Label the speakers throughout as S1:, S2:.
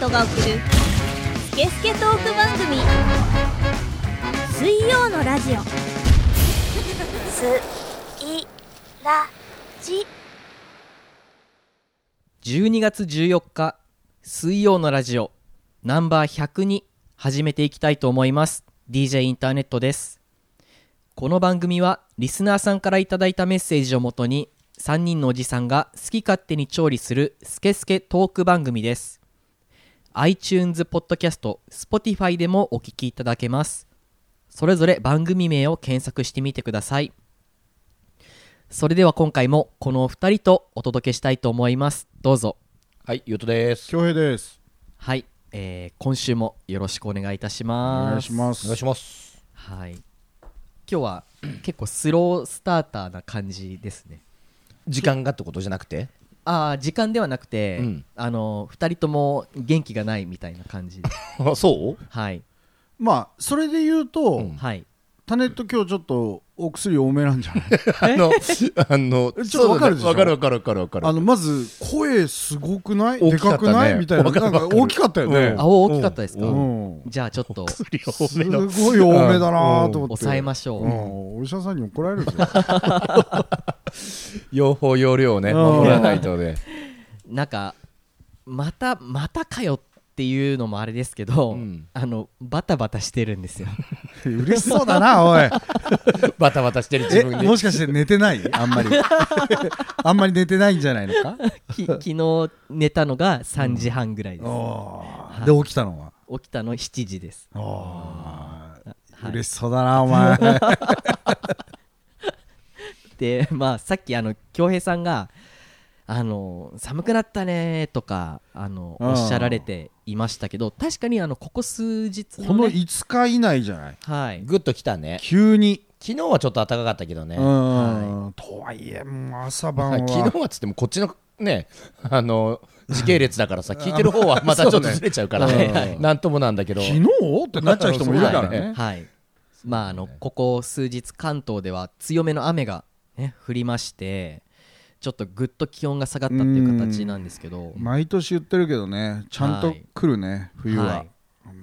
S1: トが送るスケスケトーク番組水曜のラジオ
S2: すいらじ
S3: 12月14日水曜のラジオナンバー102始めていきたいと思います DJ インターネットですこの番組はリスナーさんからいただいたメッセージをもとに3人のおじさんが好き勝手に調理するスケスケトーク番組です iTunes ポッドキャスト Spotify でもお聞きいただけますそれぞれ番組名を検索してみてくださいそれでは今回もこのお二人とお届けしたいと思いますどうぞ
S4: はい、ゆうとです。
S5: 恭平です。
S3: はい、えー今週もよろしくお願いいたし
S5: お
S3: ます。
S5: 願いしま
S4: お願い
S5: す。
S4: します。
S3: はい。今日は結構スロースターターな感じですね。
S4: 時間がってことじゃなくて、
S3: ああ時間ではなくて、
S4: うん
S3: あの二人とも元気がないみたいな感 じ。
S4: あそう
S3: はい
S5: まあそれで言うと、
S4: うん
S3: はい。
S5: タネット今日ちょっとお薬多めなんじゃな い
S4: あの、あの、
S5: えちょっとわかるでしょ
S4: わかるわかるわかるわかる。
S5: あのまず声すごくない
S4: 大
S5: で
S4: きか
S5: か
S4: ったね
S5: くないみたいな
S4: わかる
S5: な
S4: わかる
S5: んか大きかったよね
S4: うん。
S3: 青大きかったですか。
S5: うん
S3: じゃあちょっと
S4: 薬
S5: すごい多めだなと思って。
S3: 抑えましょう。
S5: うんお医者さんに怒ら れるぞ。
S4: 用法用量をね、
S5: うん
S4: 守らない とね。
S3: なんかまたまたかよっていうのもあれですけど、
S4: うん
S3: あのバタバタしてるんですよ。
S5: 嬉しそうだな、おい。
S4: バタバタしてる自
S5: え、
S4: 分
S5: も
S4: に。
S5: しかして寝てないあん まり。あんまり寝てないんじゃないのか
S3: き 昨日寝たのが3時半ぐらいです、
S5: あーで、起きたのは。
S3: 起きたの7時です
S5: あー
S3: はい
S5: 嬉しそうだな、お 前。
S3: で まあさっきあの恭平さんが「あの寒くなったね」とかあの
S5: うん
S3: おっしゃられていましたけど確かにあのここ数日
S5: この
S3: の、ね、
S5: 5日以内じゃない
S3: はい
S4: ぐっときたね。
S5: 急に。
S4: 昨日はちょっと暖かかったけどね。
S5: うんとはいえ、もう朝晩は。
S4: 昨日はつっても、こっちの、ね、あの、時系列だからさ、聞いてる方はまた ちょっとずれちゃうから
S5: そうね
S4: ね。なんともなんだけど。
S5: 昨日ってなっちゃう人もいるからね。
S3: はいまああのここ数日関東では強めの雨が、ね、降りましてちょっとぐっと気温が下がったっていう形なんですけど
S5: 毎年言ってるけどね、ちゃんと来るね、冬は。
S3: はい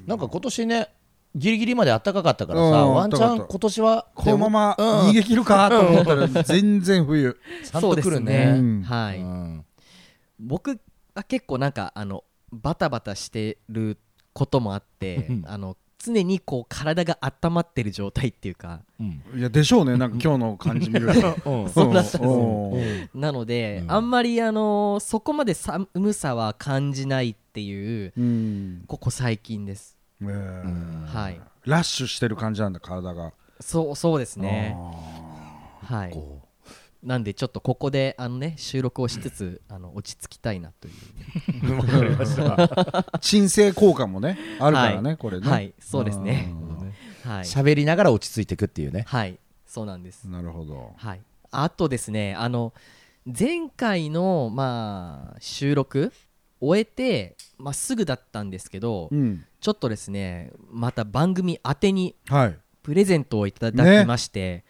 S4: なんか今年ね、ギリギリまで暖かかったからさ、
S5: うん
S4: ワンチャ
S5: 暖かか
S4: ン
S5: った
S4: 今年は、
S5: このまま
S4: うん
S5: 逃げ切るかと思ったら、全然冬。
S4: ちゃんと来る
S3: そうです
S4: ね。
S5: うん
S3: はい、
S4: うん
S3: 僕は結構なんかあのバタバタしてることもあって
S4: うん
S3: あの常にこう体が温まってる状態っていうか
S4: うん
S5: いや、でしょうね、なんか今日の感じ見ると。
S4: うん
S3: そうなったんですよ
S5: うん
S3: なので、
S4: うん
S3: あんまりあのそこまで寒さは感じないっていう
S5: うん
S3: ここ最近です、
S5: ねえ
S3: はい
S5: ラッシュしてる感じなんだ、体が。
S3: そうそうですねはい
S4: こう
S3: なんでちょっとここであのね収録をしつつあの落ち着きたいなという
S4: わかりました。
S5: 鎮静効果もね、あるから
S3: は
S5: ね、これね。
S3: はいそうですね はい、
S4: 喋りながら落ち着いていくっていうね。
S3: はい、そうなんです
S5: うんなるほど。
S3: はい、あとですねあの前回の、まあ、収録終えて、まあ、すぐだったんですけど、
S5: うん。
S3: ちょっとですねまた番組宛てに
S5: はい。
S3: プレゼントをいただきまして、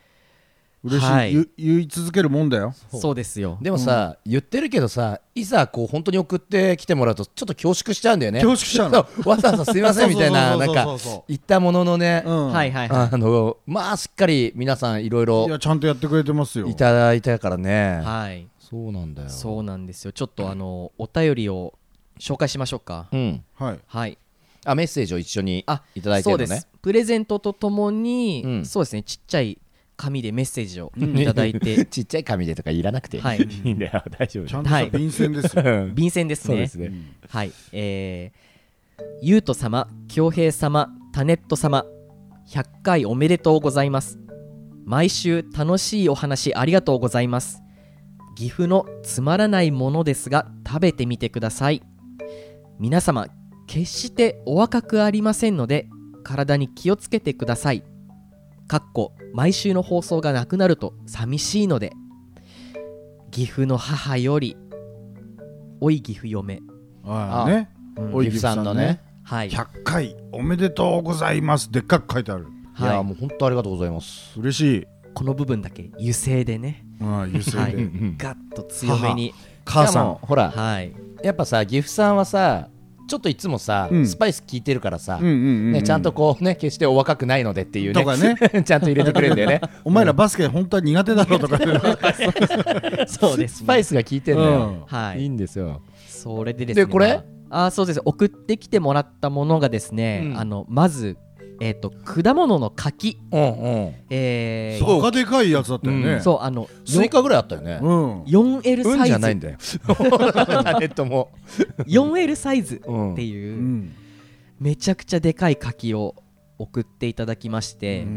S5: 嬉し。
S3: はいい
S5: ゆ言い続けるもんだよ。
S3: そうですよ
S4: でもさ、言ってるけどさ、いざこう本当に送ってきてもらうと、ちょっと恐縮しちゃうんだよね。
S5: 恐縮しちゃうの
S4: そうわざわざすみませんみたいな、なん
S5: そ
S4: か
S5: うそうそうそう、
S4: 言ったもののね、
S5: うん
S3: はいはいは
S4: あの、まあ、しっかり皆さんいろい
S5: い
S4: ろ
S5: やちゃんとやってくれてますよ
S4: いただいたからね
S3: い、。はい、
S4: そうなんだよ。
S3: そうなんですよちょっとあのお便りを紹介しましょうか、
S4: うん。
S5: はい
S3: はい
S4: あ、メッセージを一緒に
S3: あ
S4: いただいて
S3: そう
S4: るの
S3: です
S4: ね。
S3: プレゼントとともに、
S4: うん
S3: そうですねちっちゃい紙でメッセージをいただい て、
S4: ちっちゃい紙でとかいらなくて、
S3: はい
S4: いいんだよ、大丈夫。
S5: ちゃんとした便箋ですよ、
S4: うん
S3: 便箋です
S4: そう
S3: ね
S4: ですね。
S3: はい、えー、ゆうと様、恭平様、タネット様、100回おめでとうございます。毎週楽しいお話ありがとうございます。岐阜のつまらないものですが食べてみてください。皆様、決してお若くありませんので、体に気をつけてください。かっこ毎週の放送がなくなると寂しいので。岐阜の母より、おい岐阜嫁。
S5: ああね
S3: うん
S5: おい
S4: ゆきさんのね。
S3: はい。
S5: 100回おめでとうございますでっかく書いてある
S4: い
S3: は
S4: や、
S3: い、
S4: もう本当ありがとうございます。
S5: 嬉しい
S3: この部分だけ油性でね、
S5: ああ優勢で、
S3: はい
S4: うんうん
S3: ガッと強めに
S5: 母さ
S4: いやも
S5: ん
S4: うほら、
S3: はい
S4: やっぱさ岐阜さんはさちちょっといつもさ、
S5: うん
S4: スパイス効いてるからさ、
S5: うんうんうんうん
S4: ね、ちゃんとこうね決してお若くないのでっていうね
S5: とか ね
S4: ちゃんと入れてくれるんだよね
S5: お前らバスケ本当は苦手だろうとか
S3: そうです、
S4: スパイスが効いてるのよ、
S3: うんはい
S4: いいんですよ
S3: それでですね
S4: でこれ
S3: あーそうです送ってきてもらったものがですね、
S4: うん
S3: あのまず、えー、と果物の柿、
S4: うんうん
S3: えー
S5: そうバカでかいやつだったよね、
S4: うん
S3: そうあの
S4: スイカぐらいあったよね、
S5: うん、
S3: 4L
S4: うん
S3: サイ
S4: じ
S3: ズ
S4: ゃないんだよ タネットも
S3: 4L サイズ
S4: うん
S3: っていうう、
S5: ん
S3: めちゃくちゃでかい柿を送っていただきまして、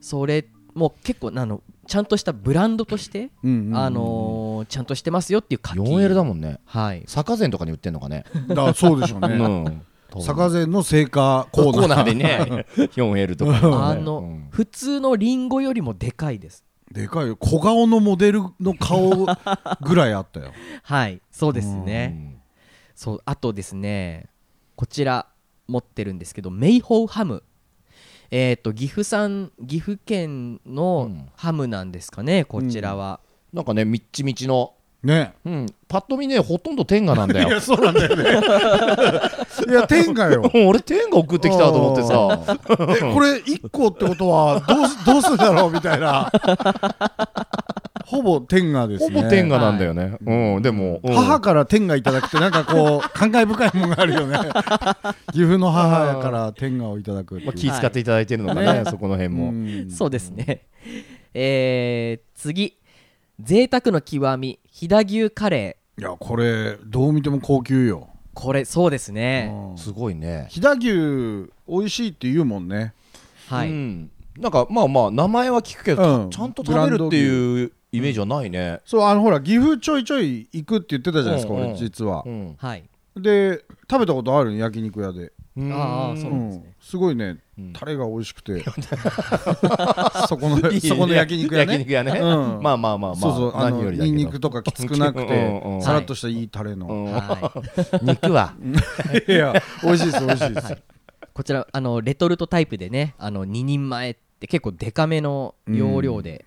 S3: それもう結構あのちゃんとしたブランドとして、
S5: うんうん
S3: あのーちゃんとしてますよっていう柿
S4: 4L だもんね
S3: はい
S4: 坂膳とかに売ってんのかね、
S5: だそうでしょう
S4: う
S5: ね、
S4: ん
S5: 坂膳の成果コ
S4: コ
S5: ーナ
S4: ーナー
S5: ー
S4: でね 4L とかね、
S3: あの、
S4: うん
S3: 普通のリンゴよりもでかいです
S5: でかいよ小顔のモデルの顔ぐらいあったよ
S3: はいそうですねそうあとですねこちら持ってるんですけどメイホウハムえっ、と岐阜産岐阜県の
S4: うん
S3: ハムなんですかね、こちらは、
S4: なんかねみっちみちの、
S5: ね
S4: うん、パッと見ねほとんど天下なんだ よ
S5: そうなんだよね いや天下よ
S4: 俺天下送ってきたと思ってさ
S5: さえこれ1個ってことはどうすどうするだろうみたいなほぼ天下です
S4: ほ
S5: ね
S4: ぼ天下なんだよね、うんでも、うん
S5: 母から天下いただくってなんかこう感慨深いものがあ るよね岐阜の母から天下をいただくっていう
S4: まあ、気使っていただいてるのかね、そこの辺も、
S5: うん
S3: そうですね えー、次贅沢の極み飛騨牛カレー
S5: いやこれどう見ても高級よ
S3: これそうですね、
S5: うん
S4: すごいね、
S5: 飛騨牛美味しいって言うもんね
S3: はい、
S4: うんなんかまあまあ名前は聞くけど、
S5: うん
S4: ちゃんと食べるっていうイメージはないね、
S5: そうあのほら岐阜ちょいちょい行くって言ってたじゃないですか、
S4: うんうん
S5: 俺実は
S4: う、ん
S3: はい
S5: で食べたことある焼肉屋で、
S4: うん
S3: ああそううんなんですね
S5: すごいね、
S4: うん
S5: タレが美味しく てそこの
S4: いい
S5: そこの焼肉屋ね
S4: 焼肉屋ね、
S5: うん
S4: まあまあまあまあ
S5: そうそうあ
S4: 何よ
S5: の
S4: りだけ
S5: ニ
S4: ど
S5: ンニクとかきつくな
S4: う
S5: く
S4: んうん
S5: て
S4: うん
S5: さらっとしたいいタレ
S4: う
S5: の、
S4: ん
S3: はい
S4: 肉は
S5: いや美味しいです美味しいです、
S3: こちらあのレトルトタイプでねあの2人前って結構デカめの容量で、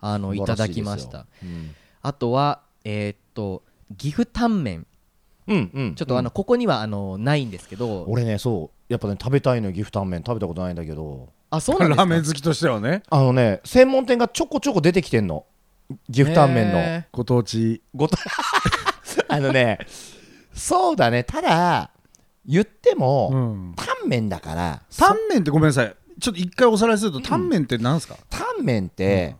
S3: あのいただきました
S4: うん
S3: あとはえーっと岐阜タンメン
S4: うんうん
S3: ちょっとあの、ここにはあのないんですけど、
S4: 俺ねそうやっぱね食べたいのよ岐阜タンメン食べたことないんだけど
S3: あそうなんで
S5: ラ
S3: す
S5: ー
S3: か
S5: メン好きとしてはね
S4: あのね専門店がちょこちょこ出てきてんの岐阜タンメンの、
S3: へ
S5: ご当地
S4: ごと あのねそうだねただ言っても、
S5: うん
S4: タンメンだから
S5: タ
S4: タン
S5: ンメンってごめんなさいちょっと一回おさらいすると、タンメンってなんすか
S4: タンメンって、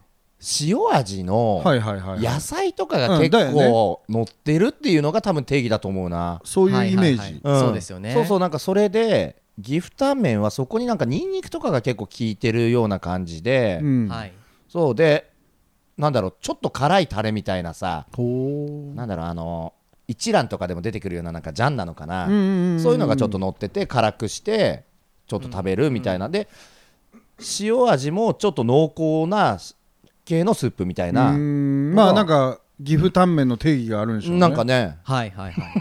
S4: 塩味の
S5: はいはいはい、
S4: 野菜とかが
S5: うん
S4: 結
S5: だよね
S4: 構乗ってるっていうのが多分定義だと思うな、
S5: そういうイメージ、
S3: はいはいはい
S4: ん
S3: そうですよね
S4: そうそうなんかそれで岐阜タンメンはそこになんかニンニクとかが結構効いてるような感じで、
S5: うん
S3: はい
S4: そうでなんだろうちょっと辛いタレみたいなさ
S5: ほ
S4: なんだろうあの一蘭とかでも出てくるようななんかジャンなのかな、
S5: うんうんうんうん
S4: そういうのがちょっと乗ってて辛くしてちょっと食べるみたいな、で塩味もちょっと濃厚な系のスープみたいうな、
S5: ーんまあなんか岐阜タンメンの定義があるんでしょうね
S4: なんかね
S3: はいはいは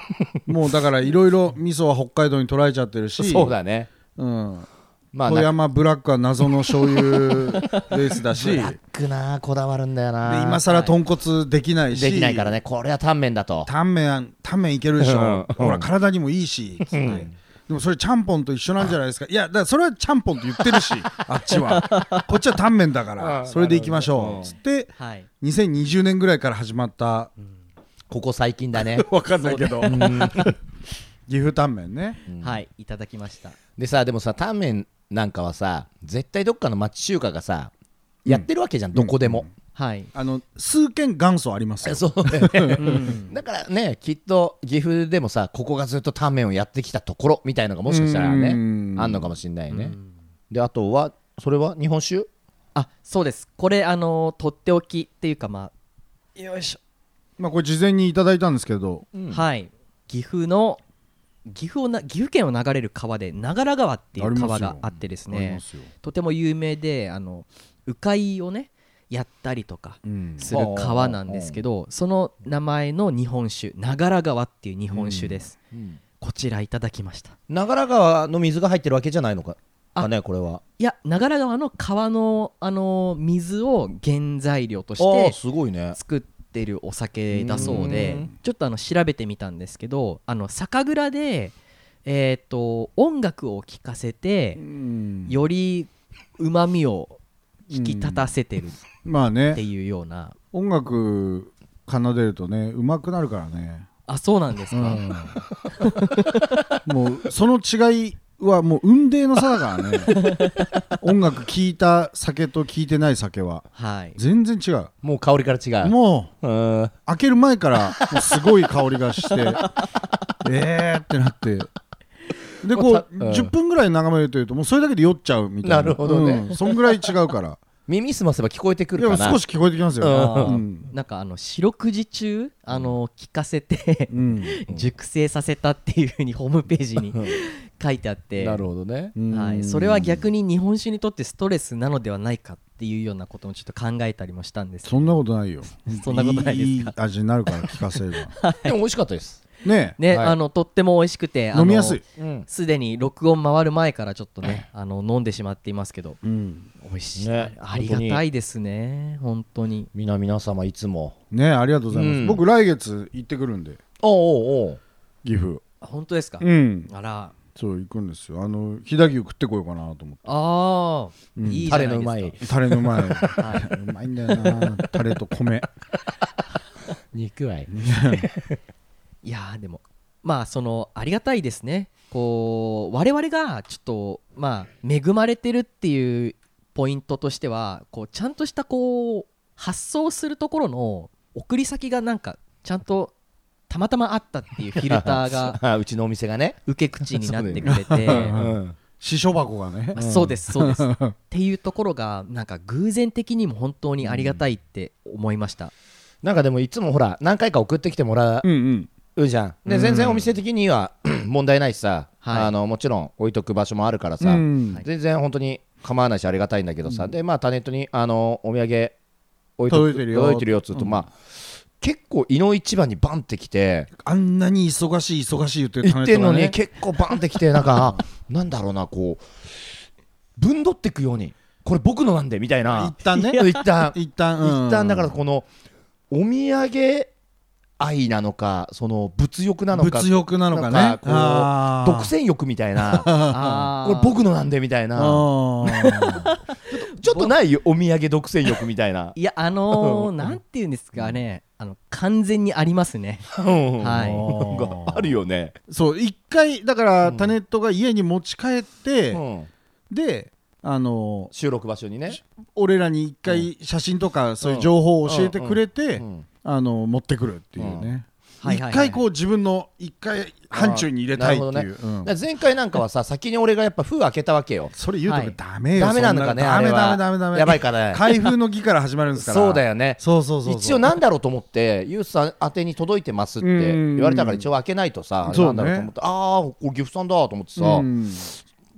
S3: い
S5: もうだからいろいろ味噌は北海道に捉えちゃってるし
S4: そうだね
S5: うん、
S4: まあ
S5: 富
S4: な
S5: 山ブラックは謎の醤油ベースだし で
S4: ブラックなこだわるんだよな
S5: 今更豚骨できないし
S4: できないからねこれはタンメンだと
S5: タンメンタンメンいけるでしょ、
S4: うん
S5: ほら体にもいいしつって、でもそれちゃんぽんと一緒なんじゃないですかいやだからそれはちゃんぽんと言って るしあっちはこっちはタンメンだからそれでいきましょうつって
S3: はい
S5: 2020年ぐらいから始まった
S4: ここ最近だ ね
S5: わかんないけど岐阜タンメンね
S3: はいいただきました
S4: でさでもさタンメンなんかはさ絶対どっかの町中華がさやってるわけじゃん、どこでも、
S3: はい
S5: あの数軒元祖あります よ
S4: そうだよね、だからねきっと岐阜でもさここがずっとタンメンをやってきたところみたいのがもしかしたらね
S5: うん
S4: あんのかもしんないねであとはそれは日本酒
S3: あそうですこれあのとっておきっていうかまあよいしょ、
S5: まあこれ事前にいただいたんですけど
S3: はい岐阜の岐阜をな岐阜県を流れる川で長良川っていう川があってです
S5: ありま
S3: ね
S5: すよ
S3: とても有名であの鵜飼いをねやったりとか
S5: うん
S3: する川なんですけど、その名前の日本酒長良川っていう日本酒です、こちらいただきました
S4: 長良川の水が入ってるわけじゃないのか
S3: あ
S4: かねこれはい
S3: や長良川の川の、あの水を原材料とし
S4: ああ
S3: て
S4: すごいね
S3: 作ってるお酒だそう
S4: う
S3: で
S4: ん
S3: ちょっとあの調べてみたんですけどあの酒蔵で、えーっと音楽を聴かせて
S5: うん
S3: よりうまみを引き立たせてるっ
S5: まあ
S3: て
S5: ね
S3: いうような、
S5: 音楽奏でるとねうまくなるからね、
S3: あそうなんです
S5: う
S3: か、
S5: ん、もうその違いはもう雲泥の差だからね音楽聴いた酒と聴いてない酒は
S3: はい
S5: 全然違う
S4: もう香りから違う
S5: もう
S4: うん
S5: 開ける前からもうすごい香りがしてえーってなってでこう
S4: うん
S5: 10分ぐらい眺めてるともうそれだけで酔っちゃうみたいな
S4: なるほどね
S5: うんそんぐらい違うから
S4: 耳すませば聞こえてく
S5: い
S4: る
S5: や
S4: かな
S5: 少し聞こえてきますよ、
S3: あー
S5: うん
S3: なんかあの四六時中あの聞かせて
S5: うん
S3: 熟成させたっていうふうにホームページに書いてあって
S4: なるほどね
S3: はい、それは逆に日本酒にとってストレスなのではないかっていうようなこともちょっと考えたりもしたんです
S5: そんなことないよ
S3: そんなことないですか
S5: いい味になるから聞かせれ ば
S4: でも美味しかったです
S5: ねえ
S3: ね、
S4: はい
S3: あのとっても美味しくてあの
S5: 飲みやすい、
S4: うん
S3: すでに録音回る前からちょっとねあの飲んでしまっていますけど
S5: うん、
S3: 美味しい、
S4: ね
S3: ありがたいですね本当に
S4: 皆皆様いつも
S5: ねえありがとうございます、
S4: うん
S5: 僕来月行ってくるんで
S4: おうおう
S5: 岐阜
S3: 本当ですか、
S5: うん
S3: あら
S5: そう行くんですよあの飛騨牛食ってこようかなと思って
S3: あー、
S5: うん
S3: いいじゃないですか
S4: タレのうまい
S5: タレの前
S3: は
S5: うまいんだよなタレと米
S4: おう肉愛
S3: いやーでもまあそのありがたいですねこう我々がちょっとまあ恵まれてるっていうポイントとしてはこうちゃんとしたこう発送するところの送り先がなんかちゃんとたまたまあったっていうフィルターが
S4: あうちのお店がね
S3: 受け口になってくれて
S4: うん
S5: 支所箱がね
S3: まあそうです そうですっていうところがなんか偶然的にも本当にありがたいって思いました、
S4: なんかでもいつもほら何回か送ってきてもら
S5: うんうん
S4: うじゃんで全然お店的には 問題ないしさ
S3: はい
S4: あのもちろん置いとく場所もあるから
S5: う
S4: さ
S5: ん
S3: はい
S4: 全然本当に構わないしありがたいんだけどさ、でまあタネットにあのお土産置いとく
S5: 届いてるよ
S4: 届いてるよっつうと、
S5: うん
S4: まあ結構井の一番にバンってきて
S5: あんなに忙しい忙しい言ってるタ
S4: 行っ
S5: レ
S4: て
S5: ン
S4: ん
S5: トが
S4: の
S5: ね
S4: に結構バンってきてなんかなんだろうなこうぶんどってくようにこれ僕のなんでみたいな
S5: 一旦ね
S4: 一旦
S5: 一旦うん
S4: 一旦だからこのお土産愛なのかその物欲なのか
S5: 物欲なのかね
S4: なんこう
S5: あー
S4: 独占欲みたい な
S3: あ
S4: これ僕のなんでみたいな
S5: あー
S4: ちょっとないよお土産独占欲みたいな
S3: いやあのー、なんて言うんですかねあの完全にありますねはい
S4: なんかあるよね、
S5: そう一回だからタネットが家に持ち帰って、
S4: うん
S5: であの
S4: 収録場所にね、
S5: 俺らに一回写真とかそういう情報を教えてくれて、
S4: うん
S5: あの持ってくるっていうね一、
S3: はいはいはい
S5: 回こう自分の一回範疇に入れたいっていう、
S4: なるほ
S5: うん
S4: だから前回なんかはさ先に俺がやっぱ封開けたわけよ
S5: それ言うと
S3: は
S5: か
S3: い
S5: ダメよ、
S4: ダメなのかね
S5: そ
S4: あれ
S5: ん
S4: は
S5: ダメダメダメダメ
S4: やばいからね
S5: 開封の儀から始まるんですから
S4: そうだよね
S5: そうそうそうそう
S4: 一応なんだろうと思ってユースさん宛てに届いてますって言われたから
S5: うん
S4: 一応開けないとさな
S5: そうんね
S4: だろうと思ってああこれギフさんだと思ってさ
S5: うん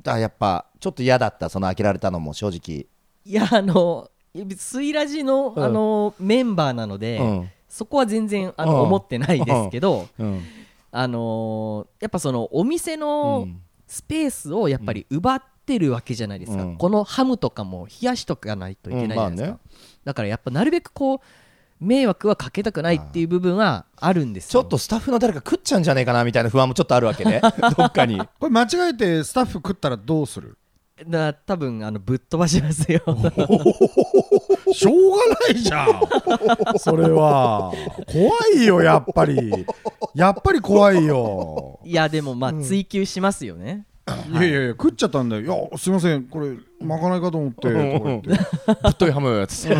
S4: だからやっぱちょっと嫌だったその開けられたのも正直
S3: いやあのスイラジの、
S4: うん
S3: あのメンバーなので、
S4: うん
S3: そこは全然あの、
S4: うん
S3: 思ってないですけど、
S4: うん
S3: あのーやっぱそのお店のスペースをやっぱり奪ってるわけじゃないですか、
S4: うん
S3: このハムとかも冷やしとかないといけないじゃないですか、
S4: うんまあね
S3: だからやっぱなるべくこう迷惑はかけたくないっていう部分はあるんです
S4: ちょ
S3: よ
S4: っとスタッフの誰か食っちゃうんじゃねえかなみたいな不安もちょっとあるわけねどっかに
S5: これ間違えてスタッフ食ったらどうする
S3: な多分あのぶっ飛ばします よ
S5: しょうがないじゃん それは怖いよやっぱりやっぱり怖いよ
S3: いやでもまあ追求しますよね、
S5: いやいやいや食っちゃったんだよいやすいませんこれまかないかと思ってとか言って
S4: ぶっといハムつって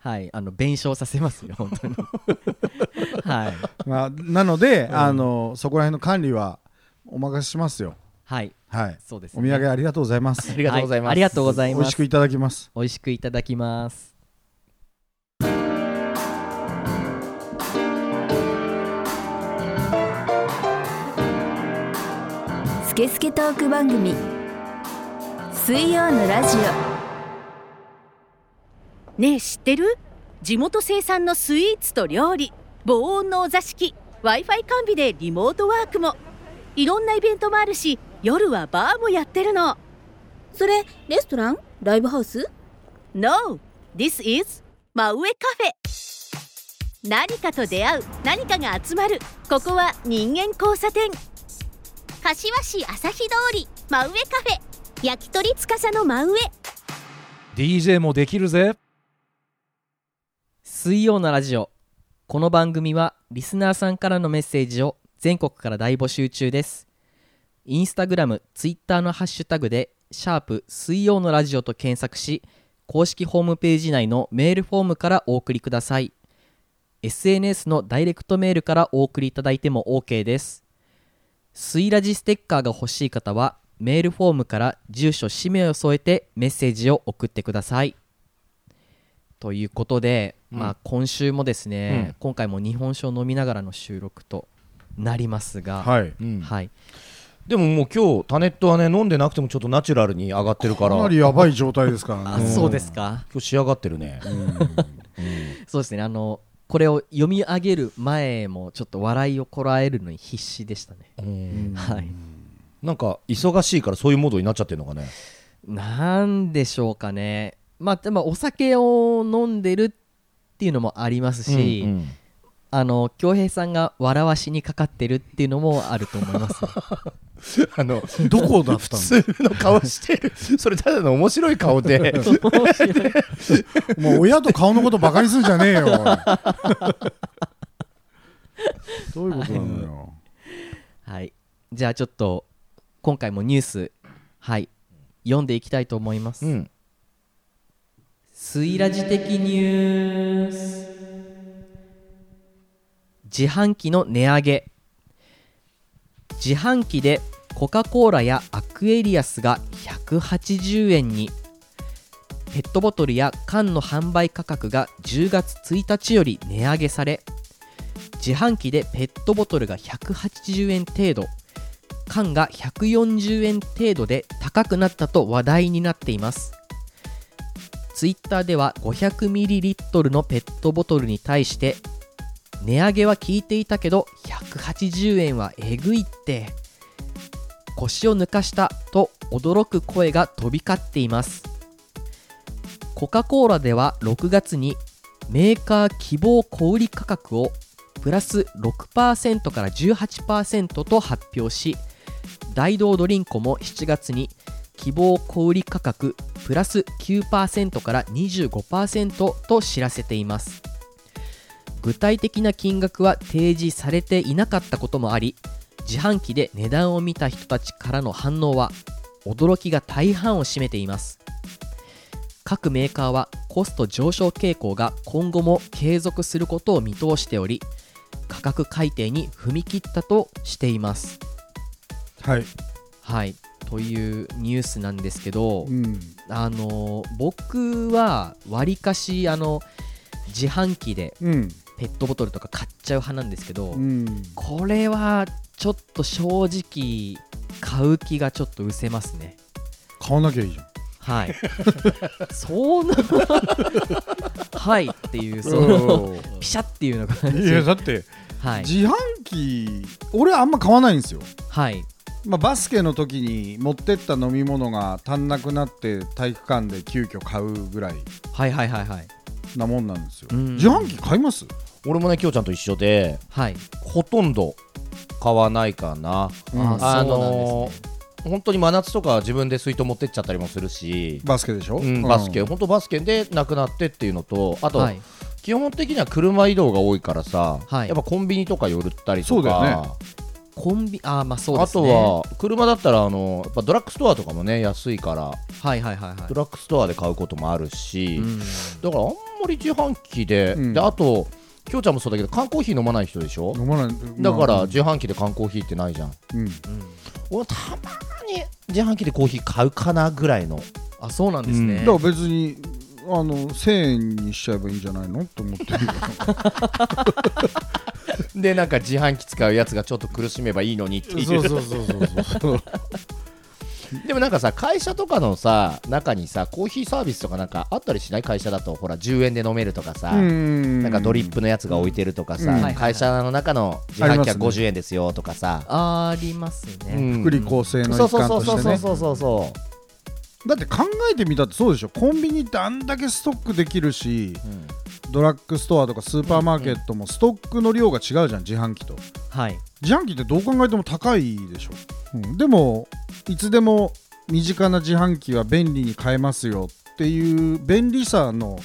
S3: はいあの弁償させますよ本当 にはい
S5: まあ、なので、あのそこら辺の管理はお任せしますよ。
S3: はい
S5: はい。
S3: そうですね
S5: お土産ありがとうございます。
S4: あ
S5: あ
S4: りがとうございます、
S3: はありがとうござい
S5: 美
S3: ま
S5: 味し
S3: す
S5: くいただきます。
S3: 美味しくいただきます
S2: スケスケトーク番組水曜のラジ
S6: ねえ知ってる地元生産のスイーツと料理防音のお座敷 w i f i 完備でリモートワークもいろんなイベントもあるし夜はバーもやってるの
S2: オそれレストランライブハウス
S6: No! This is 真上カフェ何かと出会う何かが集まるここは人間交差点
S1: 柏市朝日通り真上カフェ焼き鳥つかさの真上
S7: DJ もできるぜ
S3: 水曜のラジオこの番組はリスナーさんからのメッセージを全国から大募集中ですインスタグラムツイッターのハッシュタグで「シャープ水曜のラジオ」と検索し公式ホームページ内のメールフォームからお送りください SNS のダイレクトメールからお送りいただいても OK です水ラジステッカーが欲しい方はメールフォームから住所氏名を添えてメッセージを送ってくださいということで、まあ、今週もですね、
S4: うん
S3: 今回も日本酒を飲みながらの収録となりますが、
S5: はい
S4: うん
S3: はい、
S4: でももう今日タネットはね飲んでなくてもちょっとナチュラルに上がってるか
S5: からなりやばい状態ですから
S3: あ
S5: ね
S3: そうですか
S4: 今日仕上がってるね、
S3: そうですねあのこれを読み上げる前もちょっと笑いをこらえるのに必死でしたね、
S4: うん
S3: はい
S4: なんか忙しいからそういうモードになっちゃってるのかね
S3: なんでしょうかねまあでもお酒を飲んでるっていうのもありますし、
S4: うんうん
S3: あの恭平さんが笑わしにかかってるっていうのもあると思い ます
S4: あの
S5: どこだっ
S4: 普
S5: た
S4: 通の顔してるそれただの面白い 顔で
S5: のもう親と顔のことバカにすんじゃねえよ どういうことなのよ
S3: はいじゃあちょっと今回もニュースはい読んでいきたいと思います、
S4: うん
S3: スイラジ的ニュース自販機の値上げ自販機でコカ・コーラやアクエリアスが180円にペットボトルや缶の販売価格が10月1日より値上げされ自販機でペットボトルが180円程度缶が140円程度で高くなったと話題になっていますツイッターでは 500ml のペットボトルに対して値上げは効いていたけど180円はえぐいって腰を抜かしたと驚く声が飛び交っていますコカ・コーラでは6月にメーカー希望小売価格をプラス6%から18%と発表し大道ドリンコも7月に希望小売価格プラス9%から25%と知らせています具体的な金額は提示されていなかったこともあり自販機で値段を見た人たちからの反応は驚きが大半を占めています各メーカーはコスト上昇傾向が今後も継続することを見通しており価格改定に踏み切ったとしています
S5: はい、
S3: はいというニュースなんですけど、
S5: うん、
S3: あの僕はわりかしあの自販機で
S5: うん
S3: ペットボトルとか買っちゃう派なんですけど、
S5: うん
S3: これはちょっと正直買う気がちょっと失せますね
S5: 買わなきゃいいじゃん
S3: はいそんなはいっていうそのピシャっていうのが
S5: いやだって、
S3: はい
S5: 自販機俺あんま買わないんですよ、
S3: はい
S5: まあ、バスケの時に持ってった飲み物が足んなくなって体育館で急遽買うぐらい
S3: はいはいはいはい
S5: なもんなんですよ、
S3: うん
S5: 自販機買います
S4: 俺もねきょうちゃんと一緒で
S3: はい
S4: ほとんど買わないかな
S5: うん
S3: あそうなん
S4: あの
S3: です
S4: ー本当に真夏とかは自分で水筒持ってっちゃったりもするし、
S5: バスケでしょ、
S4: うん、バスケ、
S5: うん
S4: 本当バスケでなくなってっていうのとあと、
S3: はい
S4: 基本的には車移動が多いからさ、
S3: はい
S4: やっぱコンビニとか寄ったりとか
S5: そうだよね
S3: コンビあーまあそうで
S4: あ
S3: すね
S4: とは車だったらあのやっぱドラッグストアとかもね安いから
S3: はいはいはいは
S4: ドラッグストアで買うこともあるし、
S3: い、うん
S4: だからあんまり自販機で、
S5: うん
S4: であときょうちゃんもそうだけど缶コーヒー飲まない人でしょ
S5: 飲まない
S4: だから
S5: うん
S4: 自販機で缶コーヒーってないじゃん
S5: うん
S3: うん
S4: 俺たまに自販機でコーヒー買うかなぐらい の
S3: あそうなんですね、
S5: だから別にあの1000円にしちゃえばいいんじゃないのと思ってるよ
S4: でなんか自販機使うやつがちょっと苦しめばいいのにって いう
S5: そうそうそうそう そう
S4: でもなんかさ会社とかのさ中にさコーヒーサービスとかなんかあったりしない会社だとほら10円で飲めるとかさ、
S5: うん
S4: なんかドリップのやつが置いてるとかさ、
S5: うん
S4: 会社の中の自販機
S5: あ
S4: は
S5: ります
S4: 50円ですよとかさ、
S3: ありますね、
S4: うん
S5: 福利厚生の
S4: そう
S5: 一
S4: そう
S5: 環
S4: そう
S5: と
S4: そう
S5: して
S4: そう
S5: ね
S4: そうそうそ
S5: だって考えてみたってそうでしょコンビニってあんだけストックできるし
S4: う、うん
S5: ドラッグストアとかスーパーマーケットもストックの量が違うじゃん自販機と
S3: はい
S5: 自販機ってどう考えても高いでしょ、うん、でもいつでも身近な自販機は便利に買えますよっていう便利さの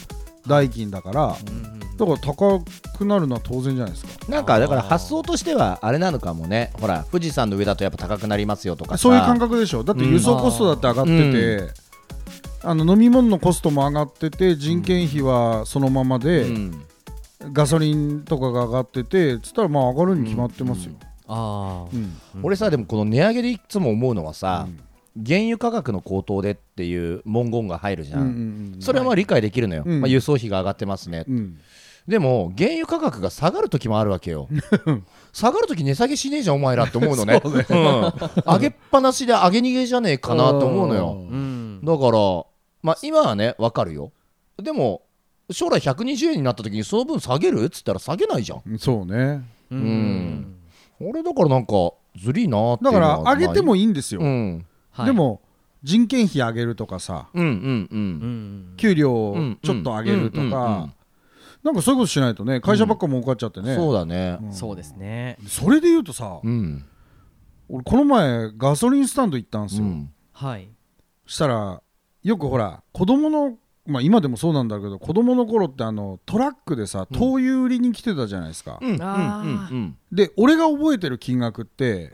S5: 代金だから、だから高くなるのは当然じゃないですか
S4: なんかだから発想としてはあれなのかもねほら富士山の上だとやっぱ高くなりますよとかさ
S5: そういう感覚でしょだって輸送コストだって上がってて、あの飲み物のコストも上がってて人件費はそのままで、
S4: うん
S5: ガソリンとかが上がっててつったらまあ上がるに決まってますよ、
S3: あ
S5: うん
S4: 俺さでもこの値上げでいつも思うのはさ、原油価格の高騰でっていう文言が入るじゃん、
S5: うんうん
S4: それはまあ理解できるのよ、
S5: うん
S4: まあ、輸送費が上がってますね、
S5: うん
S4: でも原油価格が下がる時もあるわけ よ下がる時値下げしねえじゃんお前らって思うのねうん、上げっぱなしで上げ逃げじゃねえかなと思うのよ
S3: あうん
S4: だから、まあ、今はね分かるよでも将来120円になった時にその分下げるっつったら下げないじゃん
S5: うんそうね
S3: う
S4: うん俺だからなんかずりいなーってい
S5: だ
S4: う
S5: か
S4: のは
S5: ら上げても
S4: い
S5: いいんですよ、
S4: うん
S3: はい
S5: でも人件費上げるとかさ
S4: うんうんう
S3: うんん
S5: 給料を
S4: うん
S5: ちょっと上げると
S4: うんうんうんう
S5: か
S4: ん
S5: なんかそういうことしないとね会社ばっか儲かっちゃってね、
S4: そうだね
S5: うん
S3: そうですね
S5: それで言うとさ、
S4: うん
S5: 俺この前ガソリンスタンド行ったんです
S4: う
S5: よ、
S4: ん
S3: はい
S5: したらよくほら子供のまあ今でもそうなんだけど子供の頃ってあのトラックでさ灯油売りに来てたじゃないですか、
S4: うんうん
S3: あー
S4: うん
S5: で俺が覚えてる金額って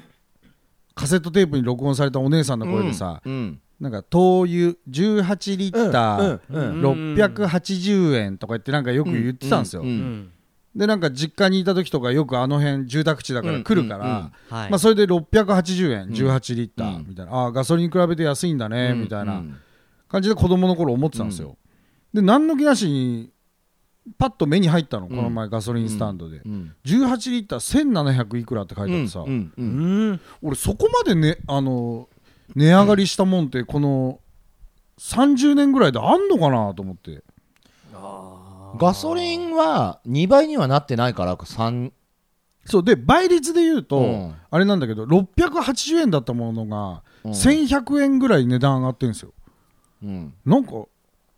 S5: カセットテープに録音されたお姉さんの声でさ、
S4: うん
S5: なんか灯油18リッター
S4: うんうん
S5: 680円とか言ってなんかよく言ってたんですよ、
S4: うんうん
S3: うん
S5: でなんか実家にいた時とかよくあの辺住宅地だから来るから、
S4: うんうんうん
S3: はい
S5: まあ、それで680円
S4: ん
S5: 18リッターみたいな、ああガソリンに比べて安いんだねみたい
S4: う
S5: な、
S4: ん
S5: 感じで子供の頃思ってたんですよ、で何の気なしにパッと目に入ったの、この前ガソリンスタンドで、
S4: うん
S5: 18リッター1700いくらって書いてあってさ、
S4: うんう
S3: うんん
S5: 俺そこまでねあの値上がりしたもんってこの30年ぐらいであんのかなと思って
S4: ガソリンは2倍にはなってないから3
S5: そうで倍率で言うと、
S4: うん
S5: あれなんだけど680円だったものが、
S4: うん
S5: 1100円ぐらい値段上がってるんですよ
S4: うん
S5: なんか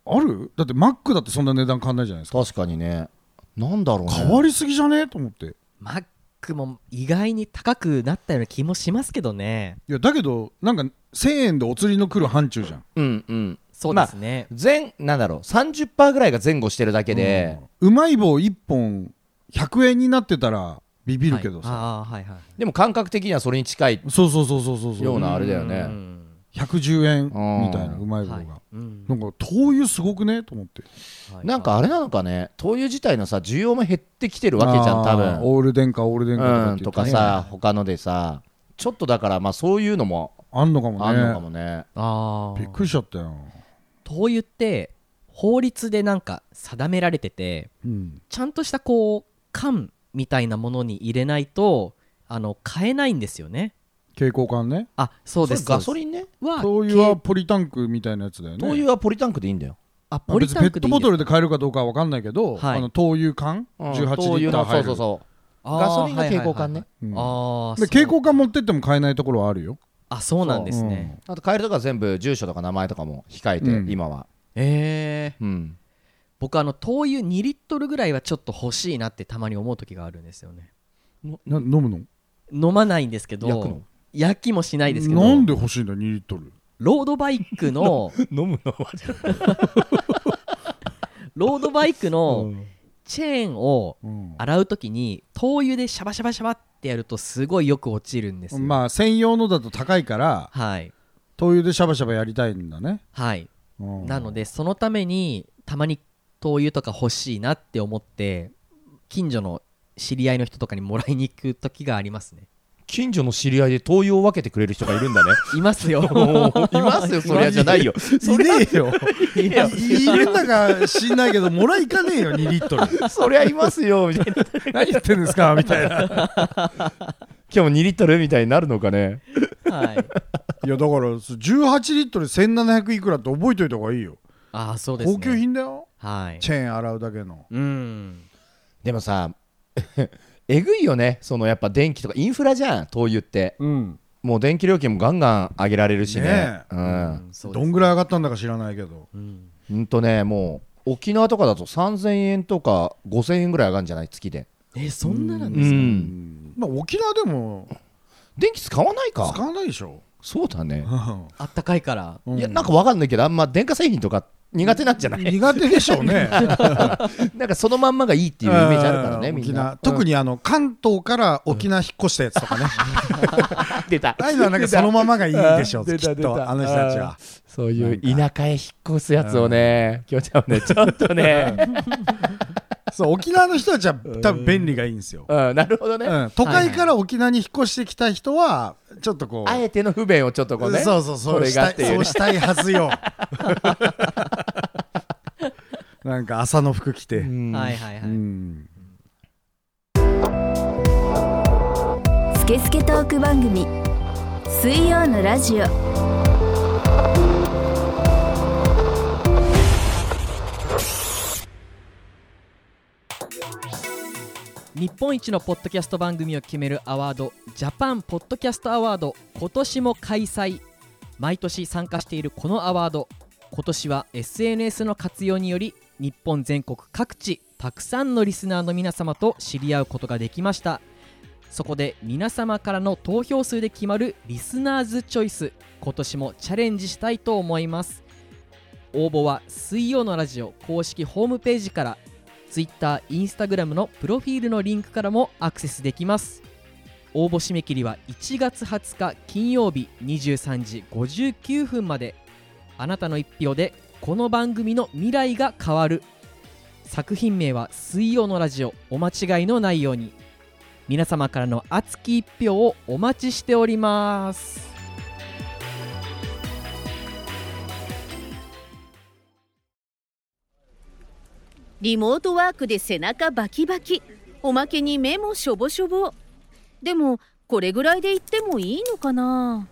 S5: あるだってマックだってそんな値段変わんないじゃないですか
S4: 確かにねなんだろうね
S5: 変わりすぎじゃねえと思って
S3: マックも意外に高くなったような気もしますけどね
S5: いやだけどなんか1000円でお釣りの来る範疇じゃん
S4: うんうん
S3: そうですね
S4: 全なんだろう30%ぐらいが前後してるだけで、
S5: うまい棒1本100円になってたらビビるけどさ、
S3: ああーはいはい
S4: でも感覚的にはそれに近い
S5: そうそうそうそうそう
S4: よ
S5: そうう
S4: なあれだよ
S3: う
S4: ね
S3: ん
S5: 110円
S4: うん
S5: みたいなうまい棒が、
S3: はいうん
S5: なんか灯油すごくねと思って
S3: はい
S4: なんかあれなのかね灯油自体のさ需要も減ってきてるわけじゃん
S5: あー
S4: 多分
S5: オール電化オール電
S4: う
S5: 化
S4: ん
S5: と
S4: と
S5: か
S4: か
S5: って言ってね
S4: さ他のでさちょっとだからまあそういうのも
S5: あんのかもね
S4: あんのかもね
S3: ああ
S5: びっくりしちゃったよ、
S3: 灯油って法律でなんか定められてて
S5: うん、
S3: ちゃんとしたこう缶みたいなものに入れないとあの買えないんですよね
S5: 蛍光管ね
S3: あそうです
S4: れガソ
S3: ン
S4: リンね
S3: は
S5: 灯油は
S3: け
S5: ポリタンクみたいなやつだよね
S4: 灯油はポリタンクでいいんだよ
S3: あポ
S5: まあ
S3: リ
S5: 別に
S3: タ
S5: ペ
S3: ン
S5: ッ
S3: クで
S5: ト
S3: いい
S5: ボ
S3: んで
S5: ト
S3: す
S5: ルで買えるかどうかは分かんないけど、
S3: はい
S5: あの灯油缶、
S4: うん
S5: 18リッター
S4: 灯油
S5: 入
S4: の
S5: る
S4: そうそうそう
S3: あー
S4: ガソリンが蛍光管ね
S3: はい
S5: うん
S3: はいはいはいあー
S5: で
S3: そう
S5: 蛍光管持ってっても買えないところはあるよ
S3: あそうなんですね、
S4: あとカエルとか全部住所とか名前とかも控えて、
S5: うん
S4: 今は、
S3: えー、
S4: うん、
S3: 僕あの灯油2リットルぐらいはちょっと欲しいなってたまに思う時があるんですよね
S5: な飲むの
S3: 飲まないんですけど
S4: 焼 くの
S3: 焼きもしないですけど
S5: なんで欲しいんだ2リットル
S3: ロードバイクの
S4: 飲むの
S3: ロードバイクのチェーンを
S5: うん
S3: 洗う時に灯油でシャバシャバシャバってやるとすごいよく落ちるんですよ、
S5: まあ専用のだと高いから
S3: はい
S5: 灯油でシャバシャバやりたいんだね、
S3: はい
S5: うん
S3: なのでそのためにたまに灯油とか欲しいなって思って近所の知り合いの人とかにもらいに行く時がありますね
S4: 近所の知り合いで灯油を分けてくれる人がいるんだね
S3: いますよ
S4: い ますよそりゃじゃないよ
S5: いねえよ
S3: いや
S5: いるんだか知んないけどもらいかねえよ2リ ットル
S4: そりゃいますよみたいな
S5: 何言ってんですかみたいない
S4: 今日も2リットルみたいになるのかね
S3: はい
S5: やだから18リットル1700いくらって覚えといた方がいいよ、
S3: ああそうですね
S5: 高級品だよ
S3: はい
S5: チェーン洗うだけの
S3: うん
S4: でもさ えぐいよねそのやっぱ電気とかインフラじゃん灯油って
S5: うん
S4: もう電気料金もガンガン上げられるしね
S5: ね
S4: う
S3: うんんそう
S5: ど
S3: です
S5: んぐらい上がったんだか知らないけど
S3: うん
S4: ほんとねもう沖縄とかだと3000円とか5000円ぐらい上がるんじゃない月で
S3: えそんななん
S4: う
S3: ですか、
S4: ん
S5: まあ、沖縄でも
S4: 電気使わない
S5: 使
S4: か
S5: わないでしょ、
S4: そうだね
S3: あったかいから
S5: う
S4: いやなんかわかんないけどあんま電化製品とか苦手なんじゃない
S5: 苦手でしょ うね
S4: なんかそのまんまがいいっていうイメージあるからねみんな
S5: 沖縄特
S4: に
S5: にあの関東から沖縄引っ越したやつとかね、
S4: 出た
S5: ああいうのはなんかそのままがいいでしょうき
S7: 出
S5: った
S7: 出
S5: と
S7: た
S5: あの人たちは
S4: そういう田舎へ引っ越すやつをね今日ちゃん ねちょっとね
S5: そう沖縄の人たちは多分便利がいいんですよ、
S4: うんなるほどね
S5: うん、都会から沖縄に引っ越してきた人はちょっとこう
S4: あえての不便をちょっとこうね
S5: そうそうそ
S4: こ
S5: う
S4: れ
S5: した
S4: が
S5: い
S4: っていう
S5: そ
S4: ね
S5: うしたいはずよ なんか朝の服着て、
S3: はいはいはい、
S5: うん
S2: スケスケトーク番組水曜のラジオ
S3: 日本一のポッドキャスト番組を決めるアワードジャパンポッドキャストアワード今年も開催毎年参加しているこのアワード今年は SNS の活用により日本全国各地たくさんのリスナーの皆様と知り合うことができましたそこで皆様からの投票数で決まるリスナーズチョイス今年もチャレンジしたいと思います応募は水曜のラジオ公式ホームページからツイッター、インスタグラムのプロフィールのリンクからもアクセスできます。応募締め切りは1月20日金曜日23時59分まで。あなたの一票でこの番組の未来が変わる。作品名は水曜のラジオお間違いのないように。皆様からの熱き一票をお待ちしております。
S6: リモートワークで背中バキバキおまけに目もしょぼしょぼでもこれぐらいで言ってもいいのかな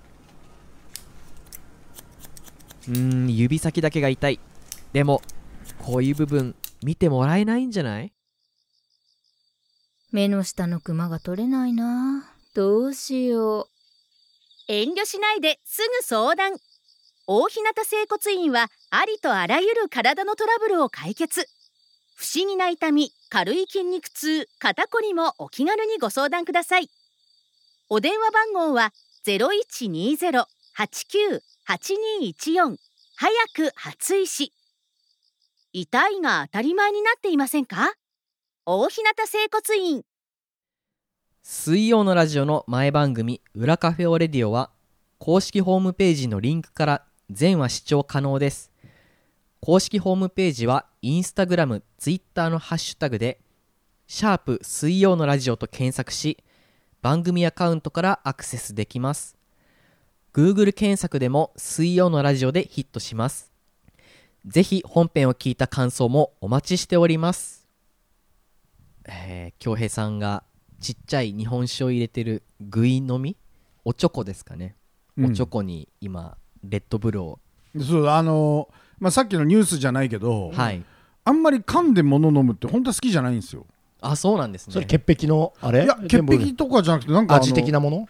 S3: うーん、指先だけが痛い。でも、こういう部分見てもらえないんじゃない
S2: 目の下のクマが取れないなどうしよ
S6: 遠慮しないですぐ相談大日向整骨院はありとあらゆる体のトラブルを解決不思議な痛み軽い筋肉痛肩こりもお気軽にご相談くださいお電話番号は0120-89-8214早く初医師痛いが当たり前になっていませんか大日向整骨院
S3: 水曜のラジオの前番組「裏カフェオレディオ」は公式ホームページのリンクから全話視聴可能です公式ホームページはインスタグラムツイッターのハッシュタグで「シャープ水曜のラジオ」と検索し番組アカウントからアクセスできます Google 検索でも「水曜のラジオ」でヒットしますぜひ本編を聞いた感想もお待ちしておりますえー京平さんがちっちゃい日本酒を入れてる具イ飲みおちょこですかね、
S5: う
S3: お
S5: ん
S3: ちょこに今レッドブルを
S5: そうあのーまあ、さっきのニュースじゃないけど、
S3: はい
S5: あんまり噛んで物飲むって本当は好きじゃないんですよ
S3: あそうなんですね
S4: それ潔癖のあれ
S5: いや潔癖とかじゃなくてなんかあの
S4: 味的なもの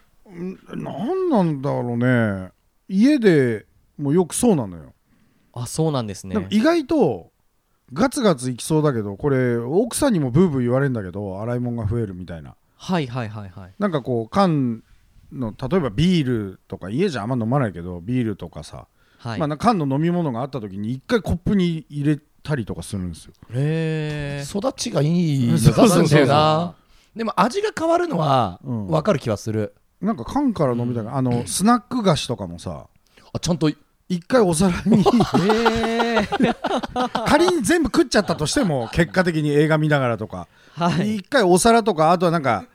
S5: なんなんだろうね家でもよくそうなのよ、
S3: あそうなんですね
S5: でも意外とガツガツいきそうだけどこれ奥さんにもブーブー言われるんだけど洗い物が増えるみたいな
S3: はいはいはいはい
S5: なんかこう缶の例えばビールとか家じゃあんま飲まないけどビールとかさ、
S3: はい、
S5: まあ、なんか缶の飲み物があった時に一回コップに入れたりとかするんですよ
S3: へえ
S4: 育ちがいいの
S5: そうそう
S4: 出
S5: そう
S4: すんだよなでも味が変わるのは
S5: うん
S4: 分かる気はする
S5: なんか缶から飲みたいな、あのスナック菓子とかもさ
S4: あちゃんと
S5: 一回お皿 に
S3: へえ
S5: 仮に全部食っちゃったとしても結果的に映画見ながらとか
S3: はい
S5: 一回お皿とかあとはなんか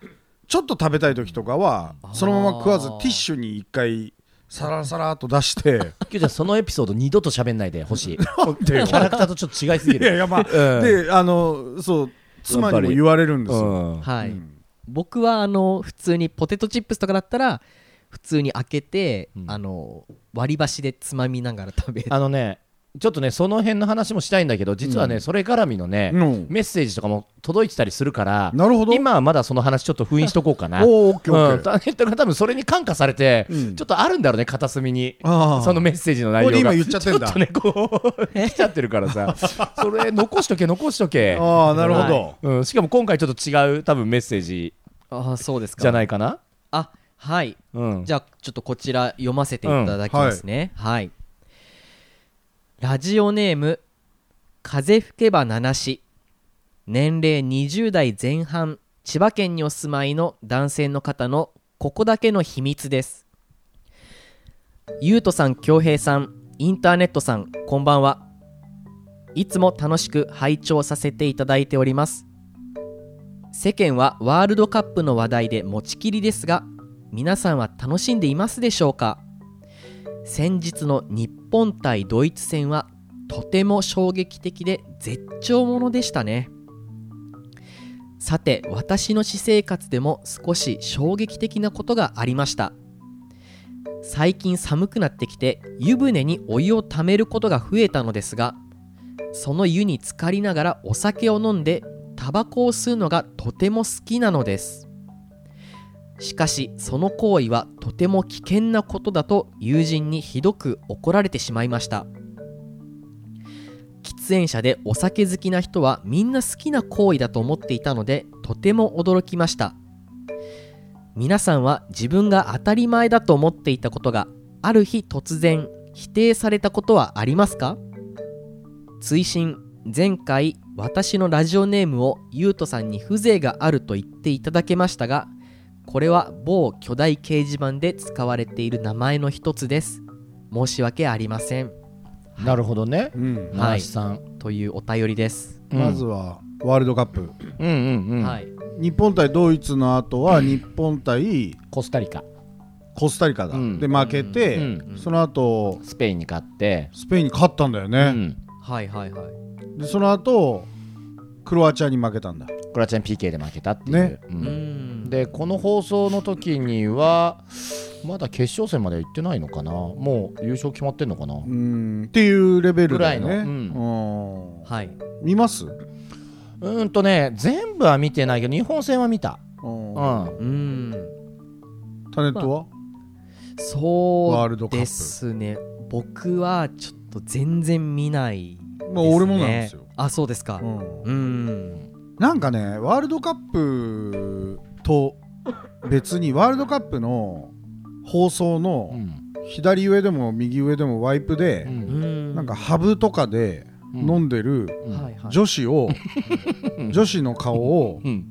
S5: ちょっと食べたい時とかはそのまま食わずティッシュに一回サラサラっと出して
S4: 今日じゃあそのエピソード二度と喋んないでほし いキ
S5: で
S4: ャラクターとちょっと違いすぎ
S5: いやい
S4: る
S5: やまあ、
S4: うん
S5: であのそう妻にも言われるんですよ、
S4: うん
S3: はい、
S5: うん
S3: 僕はあの普通にポテトチップスとかだったら普通に開けて、
S4: うん
S3: あの割り箸でつまみながら食べる
S4: あのねちょっとねその辺の話もしたいんだけど実はね、
S5: うん
S4: それ絡みのね、
S5: うん
S4: メッセージとかも届いてたりするから
S5: なるほど
S4: 今はまだその話ちょっと封印しとこうかな
S5: おーオッケーオッケー
S4: うんターゲットが多分それに感化されて、
S5: うん
S4: ちょっとあるんだろうね片隅に
S5: あー
S4: そのメッセージの内容
S5: こ
S4: が
S5: れ今言っちゃってんだ
S4: ちょっとねこう 来ちゃってるからさそれ残しとけ残しとけ
S5: ああなるほど、
S4: うん、しかも今回ちょっと違う多分メッセージ
S3: ああそうですか
S4: じゃないかな、
S3: あはい
S4: うん、
S3: じゃあちょっとこちら読ませていただきますね、はい、ラジオネーム「風吹けば七し」年齢20代前半千葉県にお住まいの男性の方のここだけの秘密ですゆうとさん恭平さんインターネットさんこんばんはいつも楽しく拝聴させていただいております世間はワールドカップの話題で持ちきりですが皆さんは楽しんでいますでしょうか先日の日本対ドイツ戦はとても衝撃的で絶頂ものでしたねさて私の私生活でも少し衝撃的なことがありました最近寒くなってきて湯船にお湯をためることが増えたのですがその湯に浸かりながらお酒を飲んでタバコを吸うのがとても好きなのですしかしその行為はとても危険なことだと友人にひどく怒られてしまいました喫煙者でお酒好きな人はみんな好きな行為だと思っていたのでとても驚きました皆さんは自分が当たり前だと思っていたことがある日突然否定されたことはありますか追伸前回私のラジオネームをゆうとさんに風情があると言っていただけましたがこれは某巨大掲示板で使われている名前の一つです申し訳ありません
S4: なるほどね、
S5: うん
S3: はい
S4: 七七さん、
S3: というお便りです、
S5: まずはワールドカップ
S4: うんうんうん、
S3: はい
S5: 日本対ドイツの後は日本対
S4: コスタリカ、
S5: コスタリカだ、
S4: うん
S5: で負けて、
S4: うん
S5: その後
S4: スペインに勝って、
S5: スペインに勝ったんだよ
S4: う
S5: ね、
S4: ん、
S3: はいはいはい
S5: でその後クロアチアに負けたんだ
S4: クロアチアに PK で負けたっていう、
S5: ね
S4: う
S3: うんん
S4: でこの放送の時にはまだ決勝戦までは行ってないのかなもう優勝決まってんのかな、
S5: うんっていうレベルだよ
S4: ぐら
S5: ね
S4: い
S5: うん
S3: はい
S5: 見ます、
S4: うーんとね全部は見てないけど日本戦は見た、
S5: うん
S4: うん、
S3: うん
S5: タネットは、ワール
S3: そ
S5: ド
S3: う
S5: カップ
S3: ですね僕はちょっと全然見ないです、ね
S5: まあ俺もなんですよ
S3: あそうですか
S5: うん
S3: うん、
S5: なんかねワールドカップと別にワールドカップの放送
S4: う
S5: の
S4: ん
S5: 左上でも右上でもワイプ
S4: う
S5: で、
S3: うんん、
S5: なんかハブとかで飲んでる
S4: うん
S3: はいはい、
S5: 女子を、女子の顔を
S4: うん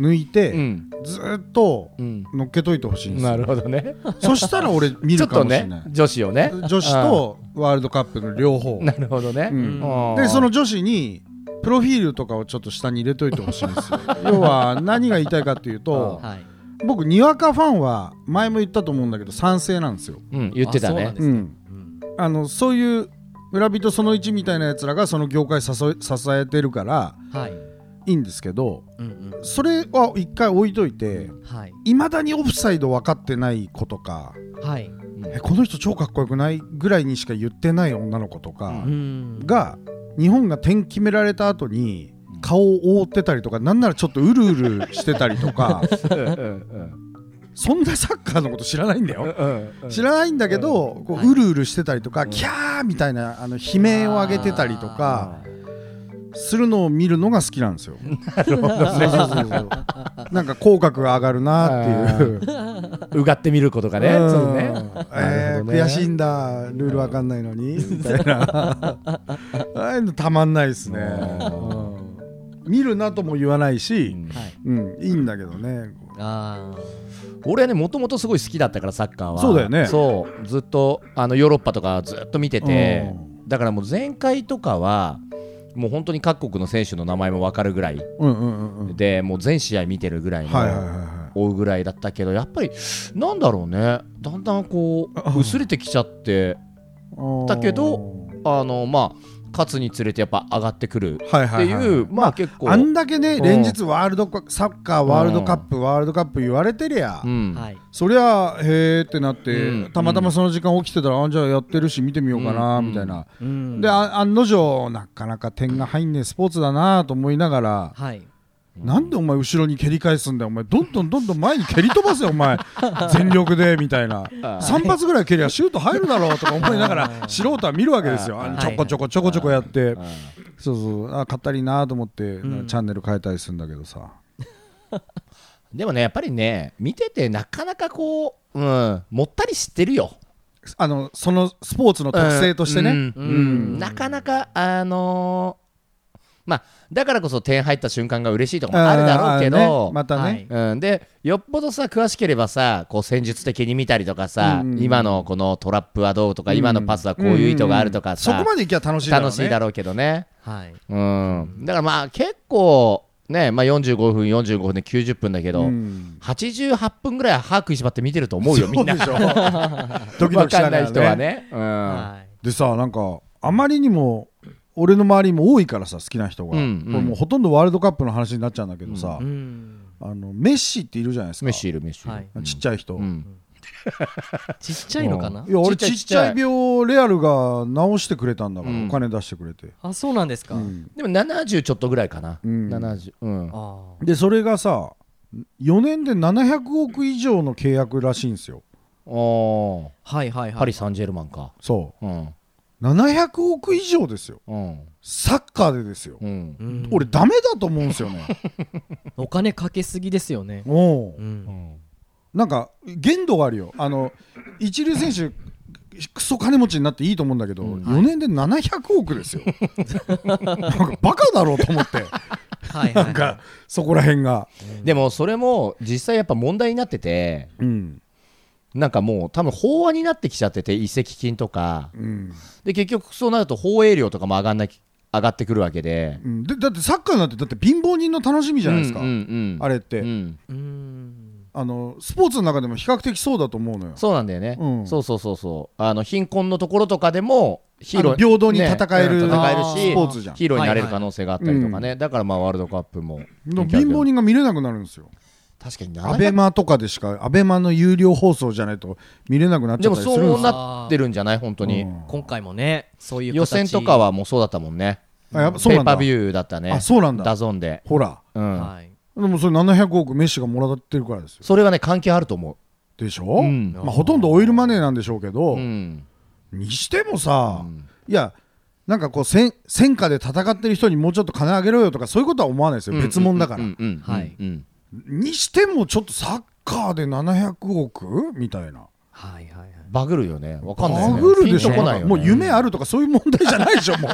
S5: 抜いて、
S4: うん
S5: ずーっと
S4: うん
S5: 乗っけといてほしいんですよ
S4: なるほどね
S5: そしたら俺見
S4: ちょっ
S5: るか
S4: と
S5: もしれ
S4: ね
S5: ない、
S4: 女子をね
S5: 女子とワールドカップの両方、
S4: なるほどね
S5: う、ん
S4: あー
S5: でその女子にプロフィールとかをちょっと下に入れといてほしいんで すよ要は何が言いたいかっていうと
S3: はい、
S5: 僕にわかファンは前も言ったと思うんだけど賛成なんですよ、
S4: うん、言ってた
S3: あそうなん
S4: ね
S3: ですね
S5: うんあのそういう村人その1みたいなやつらがその業界支え支えてるから
S3: はい
S5: いいんですけど
S3: うんうん
S5: それは一回置いといて
S3: はい
S5: いまだにオフサイド分かってない子とか
S3: はい
S5: えこの人超かっこよくないぐらいにしか言ってない女の子とか、
S3: うん
S5: が日本が点決められた後に顔を覆ってたりとかなんならちょっとうるうるしてたりとか
S4: うんうん
S5: そんなサッカーのこと知らないんだよ
S4: うんうん
S5: 知らないんだけどこ
S3: はいう
S5: うるうるしてたりとかキャーみたいなあの悲鳴を上げてたりとかするのを見るのが好きなんですよ。 そうそうそうそうなんか口角が上がるなっていう。
S4: うがってみることがね
S5: うん
S4: そうね
S5: え
S4: なる
S5: ー
S4: ほどね
S5: 悔しいんだルールわかんないのにみたいなああいうのたまんないですね、うん見るなとも言わないし、
S3: はい
S5: うん、いいんだけどね。
S3: あー
S4: 俺はねもともとすごい好きだったからサッカーは
S5: そうだよね
S4: そうずっとあのヨーロッパとかずっと見てて
S5: う
S4: だからもう前回とかはもう本当に各国の選手の名前も分かるぐらい
S5: うんうんうんうん。
S4: でもう全試合見てるぐらいの、
S5: はいはいはいは
S4: 追うぐらいだったけどやっぱりなんだろうねだんだんこう薄れてきちゃって
S5: い。
S4: だけど、あのまあ勝つにつれてやっぱ上がってくる
S5: はい
S4: って
S5: はい
S4: いう、
S5: はい
S4: まあ結構
S5: あんだけね
S4: うん
S5: 連日ワールドカサッカーワールドカップワールドカップ言われてりゃ
S4: うん
S3: はい
S5: そりゃへーってなって、
S4: うん
S5: たまたまその時間起きてたら、あじゃあやってるし見てみようかな、
S4: うん
S5: みたいな、
S3: うん
S5: であ案の定なかなか点が入んねえスポーツだなと思いながら、
S3: はい
S5: なんでお前後ろに蹴り返すんだよお前どんどんどんどん前に蹴り飛ばせ よお前全力でみたいな3発 ぐらい蹴りゃシュート入るだろうとか思いながら素人は見るわけですよあの
S3: はい
S5: ちょこちょこちょこちょこやっ
S4: う
S5: て
S4: ん
S5: そうそうあ勝ったりなと思って、
S3: ん
S5: チャンネル変えたりするんだけどさ
S4: でもねやっぱりね見ててなかなかこう、うん、もったりしてるよ
S5: あのそのスポーツの特性としてね、
S4: うんうん
S3: うん
S4: なかなかあのーまあだからこそ点入った瞬間が嬉しいとかもあるだろうけ
S5: あーあ
S4: ど、
S5: ーねまたね、
S3: はい
S4: うん、でよっぽどさ詳しければさこう戦術的に見たりとかさ、
S5: うんうん
S4: 今のこのトラップはどうとか、
S5: うん
S4: 今のパスはこういう意図があるとかさ、
S5: そこまでいきゃ楽しいだろう、
S4: 楽
S5: ね、
S4: しいだろうけどね、
S3: はい
S4: うん、だからまあ結構ね、まあ、45分45分で90分だけど、
S5: うん
S4: 88分ぐらいは歯食いしばって見てると思うよみんな
S5: そうでし ょドキドキし
S4: わかんな
S5: ながら
S4: い人はね、うん
S3: はい
S5: でさなんかあまりにも俺の周りも多いからさ好きな人が、
S4: うんうん
S5: これもうほとんどワールドカップの話になっちゃうんだけどさ、
S3: うん
S5: あのメッシっているじゃないですか
S4: メッシいるメッシいる、
S3: はい
S5: ちっちゃい人、
S4: うん
S3: ちっちゃいのかない
S5: や俺
S4: ち
S5: ち
S4: っちゃい
S5: っちゃい病レアルが治してくれたんだから、
S4: うん
S5: お金出してくれて、
S3: あそうなんですか
S5: うん
S4: でも70ちょっとぐらいかな、
S5: うん
S4: 70うん
S3: あ
S5: でそれがさ4年で700億以上の契約らしいんですよ
S4: おー
S3: あはいはいはい
S4: パリ・サンジェルマンか
S5: そ
S4: うん
S5: う700億以上ですよ
S4: うん
S5: サッカーでですよ、
S4: うん
S3: うん
S5: 俺ダメだと思うんで すよね
S3: お金かけすぎですよね
S5: おう
S3: うん
S5: なんか限度があるよあの一流選手クソ金持ちになっていいと思うんだけど、
S4: うん
S5: 4年で700億で すよなんかバカだろうと思って
S3: はい
S5: なんかそこら辺が
S4: でもそれも実際やっぱ問題になってて
S5: うん
S4: なんかもう多分法案になってきちゃってて移籍金とか
S5: うん、
S4: で結局そうなると放映料とかも上がんなき上がってくるわけで
S5: うん、でだってサッカーなんてだって貧乏人の楽しみじゃないですか、
S4: うんうんうん
S5: あれって、
S4: うん
S3: うん
S5: あのスポーツの中でも比較的そうだと思うのよ
S4: そうなんだよね、
S5: うん
S4: そうそうそうそうあの貧困のところとかでもヒーロ
S5: あ
S4: ー
S5: の平等に戦え
S4: ね
S5: る
S4: 戦えるし
S5: スポーツじゃん
S4: ヒーローになれる可能性があったりとかね、だからまあワールドカップも
S5: でも貧乏人が見れなくなるんですよ
S4: 確かに
S5: アベマとかでしかアベマの有料放送じゃないと見れなくなっち
S4: で
S5: ゃ
S4: も
S5: ったりするんで
S4: そう
S5: すよ
S4: なってるんじゃない本当に、
S5: うん
S3: 今回もねそういう形
S4: 予選とかはもうそうだったもんね
S5: あやっぱそう
S4: ペ
S5: な
S4: ー
S5: ん
S4: パー
S5: だ
S4: ビューだったね
S5: あそうなんだ
S4: ダゾーンで、
S5: ほら
S4: うん
S3: はい
S5: でもそれ700億メッシがもらってるからですよ
S4: それはね関係あると思
S5: でしょ、
S4: う、うん
S5: まあ、ほとんどオイルマネーなんでしょうけど、
S4: うん
S5: にしてもさ、
S4: うん
S5: いやなんかこう戦戦火で戦ってる人にもうちょっと金あげろよとかそういうことは思わないですよ、別物だから、
S4: うんうんうんうん
S3: はい
S4: うん
S5: にしてもちょっとサッカーで700億みたいな
S3: はいはいはい
S4: バグるよねわかんないよ
S5: バ
S4: ね
S5: グるでしょ、
S4: ピンとこないよ、ね、
S5: もう夢あるとかそういう問題じゃないでしょ もう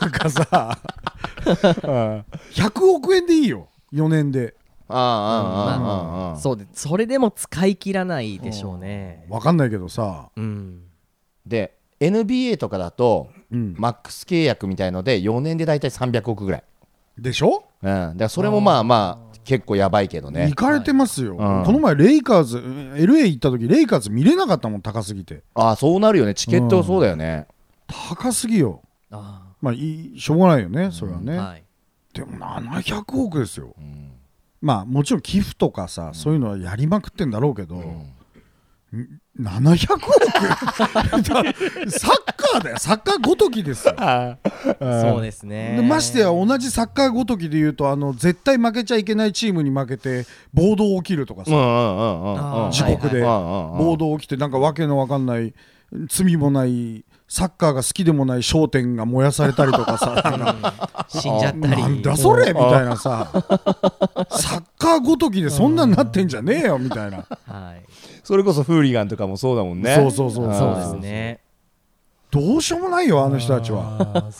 S5: なんかさ100億円でいいよ4年で
S4: ああああ
S3: うん
S4: ああああ
S3: そうでそれでも使い切らないでしょうね
S5: わかんないけどさ、
S3: うん
S4: で NBA とかだと
S5: うん
S4: マックス契約みたいので4年で大体300億ぐらい、
S5: でしょ
S4: うん、だからそれもまあまあ結構やばいけどね
S5: 行かれてますよ、
S4: はいうん
S5: この前レイカーズうん LA 行った時レイカーズ見れなかったもん高すぎて
S4: ああそうなるよねチケットそうだよね、
S5: 高すぎよ
S3: あ
S5: まあいいしょうがないよねそれは
S3: あ
S5: ね、
S3: はい
S5: でも700億ですよ
S4: うん
S5: まあもちろん寄付とかさ、そういうのはやりまくってんだろうけど、
S4: ん
S5: 700億 サッカーだよサッカーごとき ですよ
S3: そうですね
S5: でましてや同じサッカーごときでいうとあの絶対負けちゃいけないチームに負けて暴動起きるとか
S4: うんうん
S5: さ、
S4: うんうんう
S3: あ
S4: ん
S3: ー
S5: 地獄で
S4: うんうんうん
S5: 暴動起きてなんかわけのわかんない罪もないサッカーが好きでもない商店が燃やされたりとかさ なんか
S3: 死んじゃったり
S5: なんだそれみたいなさサッカーごときでそんなんなってんじゃねえよみたいな
S3: はい
S4: それこそフーリガンとかもそうだもんね
S5: そうそうそう
S3: そうですね
S5: どうしようもないよあの人たちは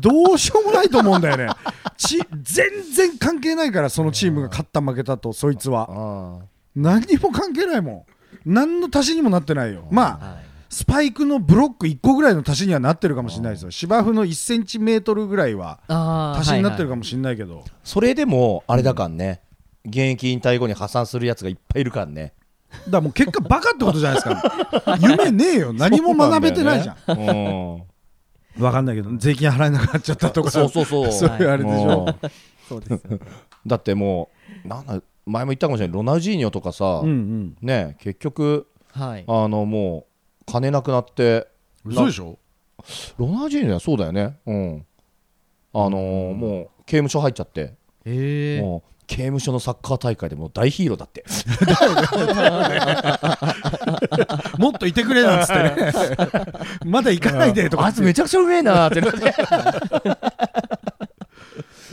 S5: どうしようもないと思うんだよねち全然関係ないからそのチームが勝った負けたとそいつは
S4: ああ
S5: 何にも関係ないもん何の足しにもなってないよまあ
S3: はい
S5: スパイクのブロック1個ぐらいの足しにはなってるかもしれないですよ芝生の1センチメートルぐらいは
S3: ああ
S5: 足しになってるか
S3: も
S5: もしれないけど、
S4: それでもあれだかんね現役引退後に破産するやつがいっぱいいるかんね
S5: だからもう結果バカってことじゃないですか夢ねえよ何も学べてないじゃん
S4: そうなんだよね
S5: 分かんないけど税金払えなくなっちゃったとか
S4: そうそうそう
S5: そういうあれでしょ、
S4: うん
S3: そうですよね
S4: だってもうなんだ前も言ったかもしれないロナウジーニョとかさ、
S5: うんうん、
S4: ね結局
S3: はい
S4: あのもう金なくなって
S5: 嘘でしょ
S4: ロナウジーニョはそうだよねうんあのーもう刑務所入っちゃって、
S3: ええ
S4: もう刑務所のサッカー大会でもう大ヒーローだって
S5: もっといてくれなんつって ねまだ行かないでとか
S4: あいつめちゃくちゃうめえなーってなって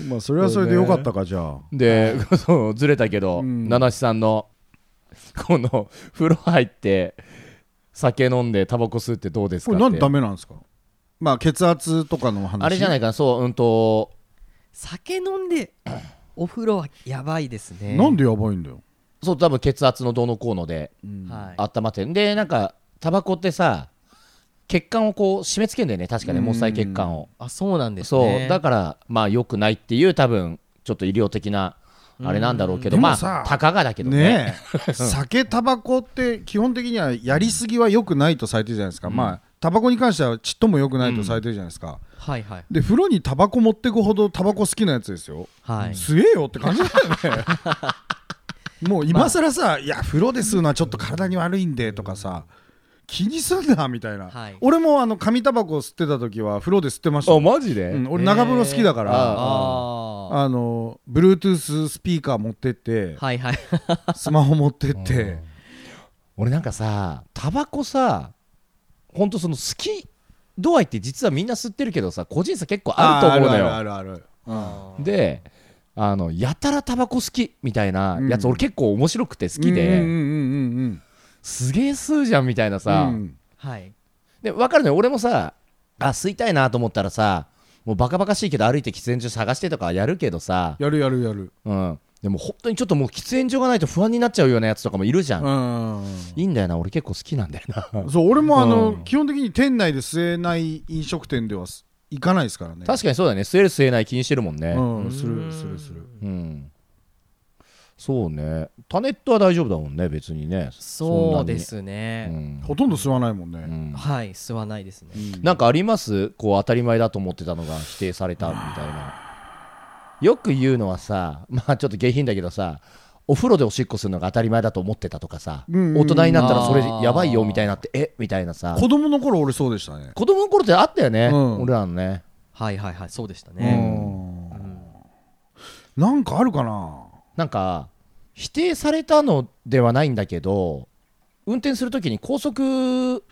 S5: まあそれはそれでよかったかじゃあ
S4: でそうずれたけど、
S5: うん
S4: 七七さんのこの風呂入って酒飲んでタバコ吸うってどうです
S5: こ
S4: かって
S5: れなんでダメなんですかまあ血圧とかの話
S4: あれじゃないいかなそううんと
S3: 酒飲ん でお風呂はやばいですね
S5: なんでやばいんだよ、
S4: そう多分血圧のどうのこうので
S3: はい
S4: 温まってんでなんかタバコってさ血管をこう締め付けんだよね確かね
S5: うん
S4: 毛細血管を
S3: あそうなんです
S4: そう、
S3: ね
S4: だからまあ良くないっていう多分ちょっと医療的なあれなんだろうけど
S5: うん
S4: ま
S5: でもさ
S4: あたかがだけどね
S5: ね え酒タバコって基本的にはやりすぎは良くないとされてるじゃないですか、まあタバコに関してはちっとも良くないとされてるじゃないですか、
S3: はいはい
S5: で風呂にタバコ持ってくほどタバコ好きなやつですよ
S3: はい
S5: 吸えよって感じだよ ねもう今更さ、いや風呂で吸うのはちょっと体に悪いんでとかさ気にすんなみたいな、
S3: はい
S5: 俺もあの紙タバコ吸ってた時は風呂で吸ってましたよ
S4: あマジで、
S5: うん、俺長風呂好きだから、
S4: へー
S3: ああ
S5: あの Bluetooth スピーカー持って って、
S3: はいはい
S5: スマホ持ってって、
S4: 俺なんかさタバコさほんとその好き度合いって実はみんな吸ってるけどさ個人差結構あると思うのよ
S5: あるあるあるあるあ
S4: であのやたらタバコ好きみたいなやつ、
S5: うん
S4: 俺結構面白くて好
S5: る
S4: きで、
S5: うんうんうんうんうん
S4: すげえ吸うじゃんみたいなさ、
S5: うん
S3: はい
S4: で分かるね俺もさあ吸いたいなと思ったらさもうバカバカしいけど歩いて喫煙所探してとかやるけどさ、
S5: やるやるやる
S4: うん、でも本当にちょっともう喫煙所がないと不安になっちゃうようなやつとかもいるじゃん、
S5: うん
S4: いいんだよな俺結構好きなんだよな
S5: そう俺もあの、
S4: うん
S5: 基本的に店内で吸えない飲食店ではす行かないですからね
S4: 確かにそうだね吸える吸えない気にしてるもんね
S5: うんするするする
S4: うん、そうねタネットは大丈夫だもんね別にねん
S3: そ
S4: な
S3: う
S4: に
S3: ですね
S5: ほとんど吸わないもんね、
S4: うんうん
S3: はい吸わないですね
S4: なんかありますこう当たり前だと思ってたのが否定されたみたいなよく言うのはさまあちょっと下品だけどさお風呂でおしっこするのが当たり前だと思ってたとかさ、
S5: うんうんうん
S4: 大人になったらそれ
S3: あー
S4: やばいよみたいになってえみたいなさ
S5: 子供の頃俺そうでしたね
S4: 子供の頃ってあったよね、
S5: うん
S4: 俺らのね
S3: はいはいはいそうでした
S5: う
S3: ね
S5: んなんかあるかな
S4: なんか否定されたのではないんだけど運転するときに高速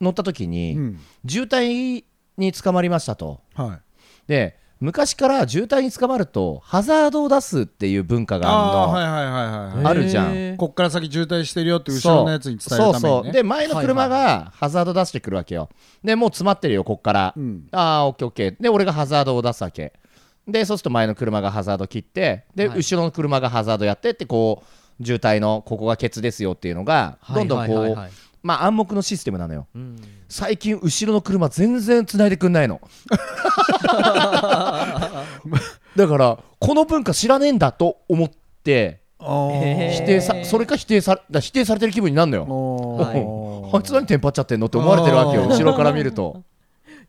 S4: 乗ったとき
S5: う
S4: に、
S5: ん
S4: 渋滞に捕まりましたと
S5: はい
S4: で昔から渋滞に捕まるとハザードを出すっていう文化が
S5: ああ
S4: ある
S5: ー
S4: の、
S5: はいはいはいはい
S4: あるじゃん
S3: へー
S5: こっから先渋滞してるよって後ろのやつに伝え
S4: そう
S5: るために
S4: そう
S5: ね
S4: で前の車がハザード出してくるわけよでもう詰まってるよこっから、
S5: うん
S4: ああオッケーオッケーで俺がハザードを出すわけでそうすると前の車がハザード切ってで、
S3: はい
S4: 後ろの車がハザードやってってこう渋滞のここがケツですよっていうのが
S3: はい
S4: どんどんこう、
S3: はいはいはい
S4: まあ暗黙のシステムなのよ
S3: うん
S4: 最近後ろの車全然繋いでく んないのだからこの文化知らねえんだと思って
S5: あー
S3: へー
S4: 否定さそれか否定されだから否定されてる気分になるのよ
S5: おー
S4: あいつ何テンパっちゃってんのって思われてるわけよ
S5: あー
S4: 後ろから見 ると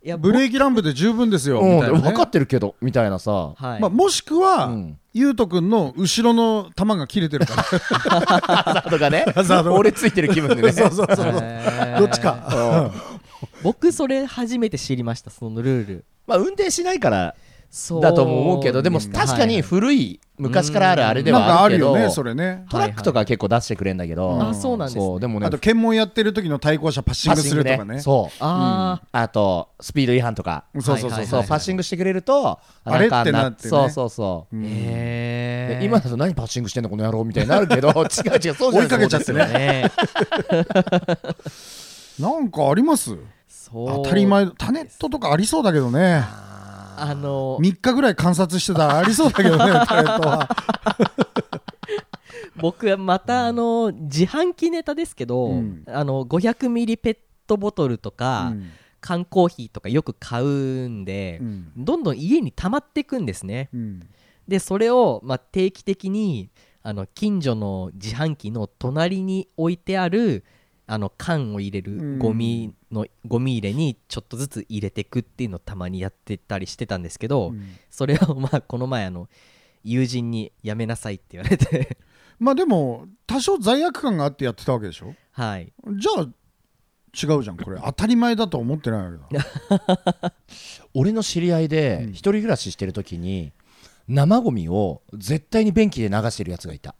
S3: いや
S5: ブレーキランプで十分ですよ、
S4: うん
S5: みたいな、ね
S4: 分かってるけどみたいなさ
S3: 僕はい
S5: まあ、もしくは、
S4: うん
S5: ゆうとくんの後ろの弾が切れてるか
S4: ハザード がね
S5: ザード
S4: 俺ついてる気分で ねそうそう
S3: へー
S5: らどっちか、
S3: 僕それ初めて知りましたそのルール
S4: まあ運転しないから
S3: そう
S4: だとも思うけどでも確かに古い昔からあるあれで
S5: なんか
S4: はあ
S5: あ
S4: る
S5: る
S4: けど
S5: よねそれね
S4: トラックとか結構出してくれんだけど、
S3: はいはいあそうなんですね
S4: そうでもね
S5: あと検問やってる時の対向車パッシ
S4: パ
S5: ン
S4: ッ
S5: グ
S4: シ
S5: す
S4: ング
S5: ると
S4: ね
S5: かね
S4: そう
S3: あ
S4: あとスピード違反とか
S5: そうそうそうそう、
S3: はいはい
S4: そうパッシングしてくれると
S5: あれ
S4: んか
S5: ってなってね
S4: そうそうそう
S5: う
S3: あ
S5: ん
S3: へ
S4: で
S3: え
S4: 今だと何パッシングしてんのこの野郎みたいになるけ ど違う違うそうじゃない
S5: 追いかけちゃってね
S3: ね
S5: なんかあります
S3: そう
S5: 当たり前タネットとかありそうだけどね
S3: あの
S5: 3日ぐらい観察してたらありそうだけ どねタネットは
S3: 僕はまたあの自販機ネタですけど、
S5: うん
S3: あの500ミリペットボトルとか、
S5: うん
S3: 缶コーヒーとかよく買うんで、
S5: うん
S3: どんどん家に溜まってくんですね
S5: うん
S3: でそれを、まあ、定期的にあの近所の自販機の隣に置いてあるあの缶を入れ
S5: うん
S3: るゴミの、ゴミ入れにちょっとずつ入れてくっていうのをたまにやってたりしてたんですけど、
S5: うん
S3: それをまあこの前あの友人にやめなさいって言われて
S5: まあでも多少罪悪感があってやってたわけでしょ
S3: はい
S5: じゃあ違うじゃ んこれ当たり前だと思ってないわけだ
S4: 俺の知り合いで
S5: うん
S4: 一人暮らししてる時に生ゴミを絶対に便器で流してるやつがい た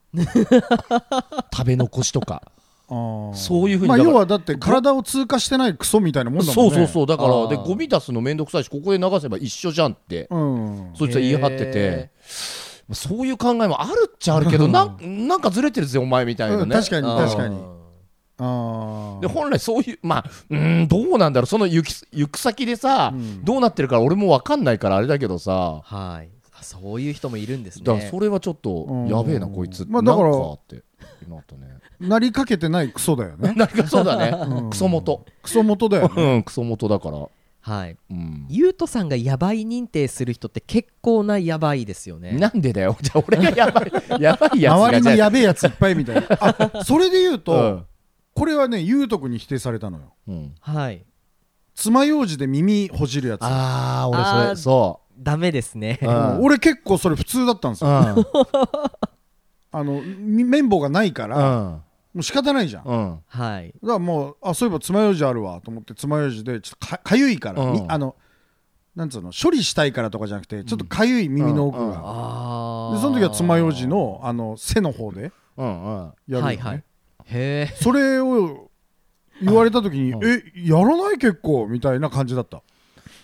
S4: 食べ残しとか
S5: う
S4: そういうふうに
S5: まあ
S4: だか
S5: 要
S4: ら
S5: はだって体を通過してないクソみたいなもんだもん
S4: そ
S5: ね
S4: うそうそうだか
S3: あ
S4: ら
S3: ー
S4: でゴミ出すのめんどくさいしここで流せば一緒じゃんって
S5: うん
S4: そいつは言い張っててまあそういう考えもあるっちゃあるけどなんなんかずれてるぜお前みたいな
S5: う
S4: ね
S5: ん確かに
S3: あー
S5: 確かにあ
S4: で本来そういうまあうーんどうなんだろうその行き行く先でさ、
S5: うん
S4: どうなってるから俺も分かんないからあれだけどさ
S3: はいあそういう人もいるんですね
S4: だからそれはちょっと
S5: うん
S4: やべえなこいつ、
S5: まあだから
S4: なんかってなったね
S5: あなりかけてないクソだよね
S4: なんかそうだね、
S5: うん
S4: クソ元
S5: クソ元だよね
S4: うんクソ元だから
S3: はい
S4: うん
S3: ゆうとさんがやばい認定する人って結構なやばいですよね
S4: なんでだよじゃあ俺がやばい やばいやつが
S5: 周りに
S4: じゃあ
S5: やべえやついっぱいみたいなあそれで言うと、
S4: うん
S5: これはねゆうとくんに否定されたのよ
S4: うん、
S3: はい
S5: 爪楊枝で耳ほじるやつ
S4: ああ
S3: あ
S4: 俺
S3: ー
S4: そ
S3: ダメですね
S4: れそう、うん
S5: 俺結構それ普通だったんですよ
S4: うん
S5: あのみ綿棒がない から、もう仕方ないじゃん、だか
S4: うん
S3: はい
S5: らもうあそういえば爪楊枝あるわと思って爪楊枝でちょっとかかゆいから、み
S4: うん
S5: あのなんつうの処理したいからとかじゃなくてちょっとかゆい耳の奥が、
S4: うんうん
S3: ああ
S5: でその時は爪楊枝のあの背の方で
S4: うんうん
S5: やるよね、
S3: はいはいへえ
S5: それを言われた時に「えやらない結構」みたいな感じだった、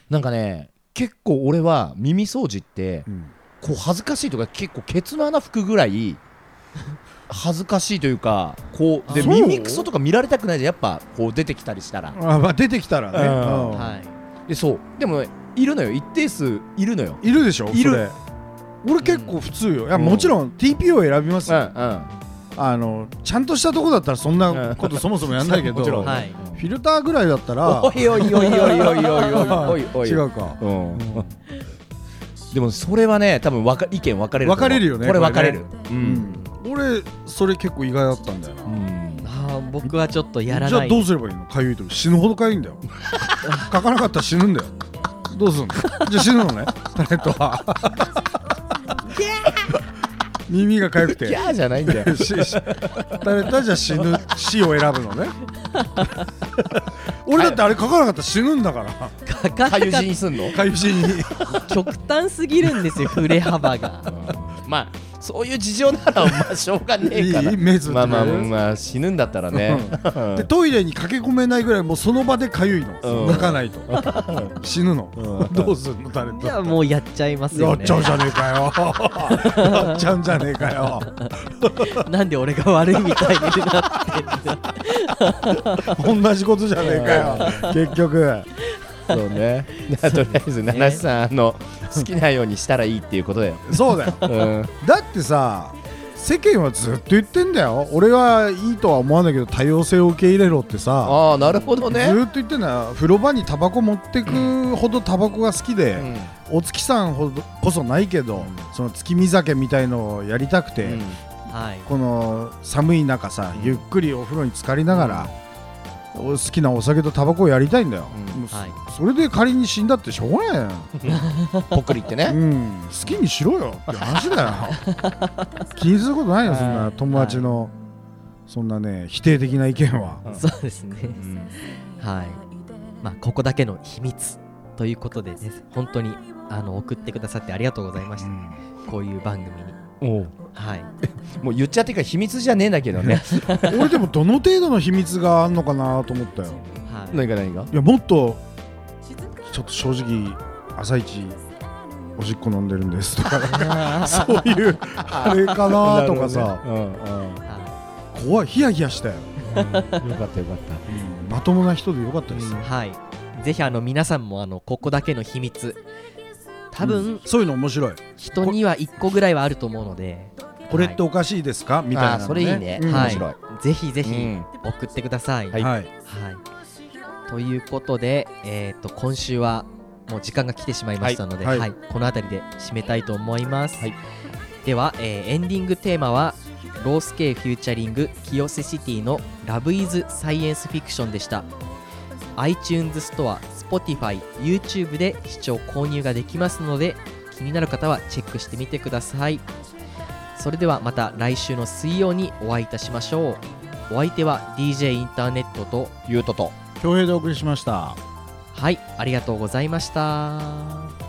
S4: なんかね結構俺は耳掃除って
S5: うん
S4: こう恥ずかしいとか結構ケツの穴拭くぐらい恥ずかしいというかこうで
S5: そう
S4: 耳クソとか見られたくないじゃんやっぱこう出てきたりしたら
S5: あまあ、出てきたらね、
S4: うん
S5: うん
S3: はい
S4: でそうでもねいるのよ一定数いるのよ
S5: い、るでしょ
S4: いる
S5: それ俺結構普通よ、いや
S4: うん
S5: もちろん TPO 選びます
S4: うんう
S5: よ、
S4: ん
S5: あのちゃんとしたとこだったらそんなことそもそもや んないけど、
S4: もちろん
S3: はい
S5: フィルターぐらいだったら
S4: おいおいおいおいおいおいおいおいおい
S5: 違うか
S4: うんでもそれはね多分わか意見分かれると思う
S5: 分かれるよね
S4: これ
S5: これ
S4: 分
S5: ね
S4: かれるう
S5: うんん俺それ結構意外だったんだよな、
S4: うん
S3: あー僕はちょっとやら
S5: じゃ
S3: な
S5: あ
S3: い
S5: どうすればいいのかゆいと死ぬほどかゆい んだよ書かなかったら死ぬんだよどうすんのじゃあ死ぬのねタレン トは 耳がかゆく
S4: ギ
S5: て
S4: ャーじゃないんだよ
S5: ししタレントはじゃあ死ぬ死を選ぶのね俺だってあれ書かなかったら死ぬんだから
S3: かかっ
S4: かゆ
S3: た
S4: じにすんの
S5: かゆしに
S3: 極端すぎるん ですよ振れ幅が
S4: まあそういう事情ならまあしょうがね えから
S5: いい目つぶって
S4: まあまあまあ死ぬんだったらね
S5: でトイレに駆け込めないぐらいもうその場でかゆいの、
S4: うん
S5: 泣かないと死ぬの、
S4: うん
S5: どうすんのタレン
S3: い
S5: ト
S3: やもうやっちゃいます
S5: や
S3: よ
S5: っ
S3: ね
S5: ちゃうじゃねえか よやっちゃうんじゃねえかよ
S3: なんで俺が悪いみたいになってんだ
S5: 同じことじゃねえかよ結局
S4: そうねとりあえず七瀬さんあの好きなようにしたらいいっていうことだよ
S5: そうだよ
S4: うん
S5: だってさ世間はずっと言ってんだよ俺はいいとは思わないけど多様性を受け入れろってさ
S4: ああなるほど
S5: ず
S4: ね
S5: ーっと言ってんだよ風呂場にタバコ持ってくほどタバコが好きで、
S4: うん
S5: お月さんほどこそないけど、その月見酒みたいのをやりたくて、
S3: はい
S5: この寒い中さ、ゆっくりお風呂に浸かりながら、お好きなお酒とタバコをやりたいんだよ、
S4: うん
S5: もうそ
S3: はい
S5: それで仮に死んだってしょうがないよ、
S4: ぽっくりって
S5: う
S4: ね
S5: ん、好きにしろ よって話だよ気にすることないよそん
S4: は
S5: ない友達の、そんなね否定的な意見は、
S4: うん
S3: そうですね、
S4: ん
S3: はいまあここだけの秘密ということでね本当にあの送ってくださってありがとうございました、こういう番組に
S4: おう
S3: はい
S4: もう言っちゃってから秘密じゃねえんだけど ね
S5: 俺でもどの程度の秘密があんのかなと思ったよ
S3: はい、
S4: 何が何が
S5: いやもっとちょっと正直朝一おしっこ飲んでるんですと かそういうあれかなとかさ、
S4: なるほどね
S3: は
S5: 怖いヒヤヒヤしたよ、
S4: うんうんよかったよかっ
S5: まともな人でよかったです、
S3: いはい、ぜひあの皆さんもあのここだけの秘密多分
S5: そういうの面白い
S3: 人には1個ぐらいはあると思うので
S5: これっておかしいですか、みたいな
S4: たあー
S5: の、ね、
S4: それいいね
S5: うん
S3: は
S4: 面
S3: い
S4: 白い
S3: ぜひぜひ
S4: うん
S3: 送ってください、
S4: はい
S5: はい
S3: はい、ということで、えー、と今週はもう時間が来てしまいましたので、
S5: は
S3: はいいこの辺りで締めたいと思います、
S4: はい
S3: では、えーエンディングテーマはロースケフューチャリング清瀬シティの「ラブイズサイエンスフィクションでした iTunes ストア Spotify、YouTube で視聴購入ができますので気になる方はチェックしてみてくださいそれではまた来週の水曜にお会いいたしましょうお相手は DJ インターネットと
S4: ゆうとと
S5: 恭平でお送りしました
S3: はいありがとうございました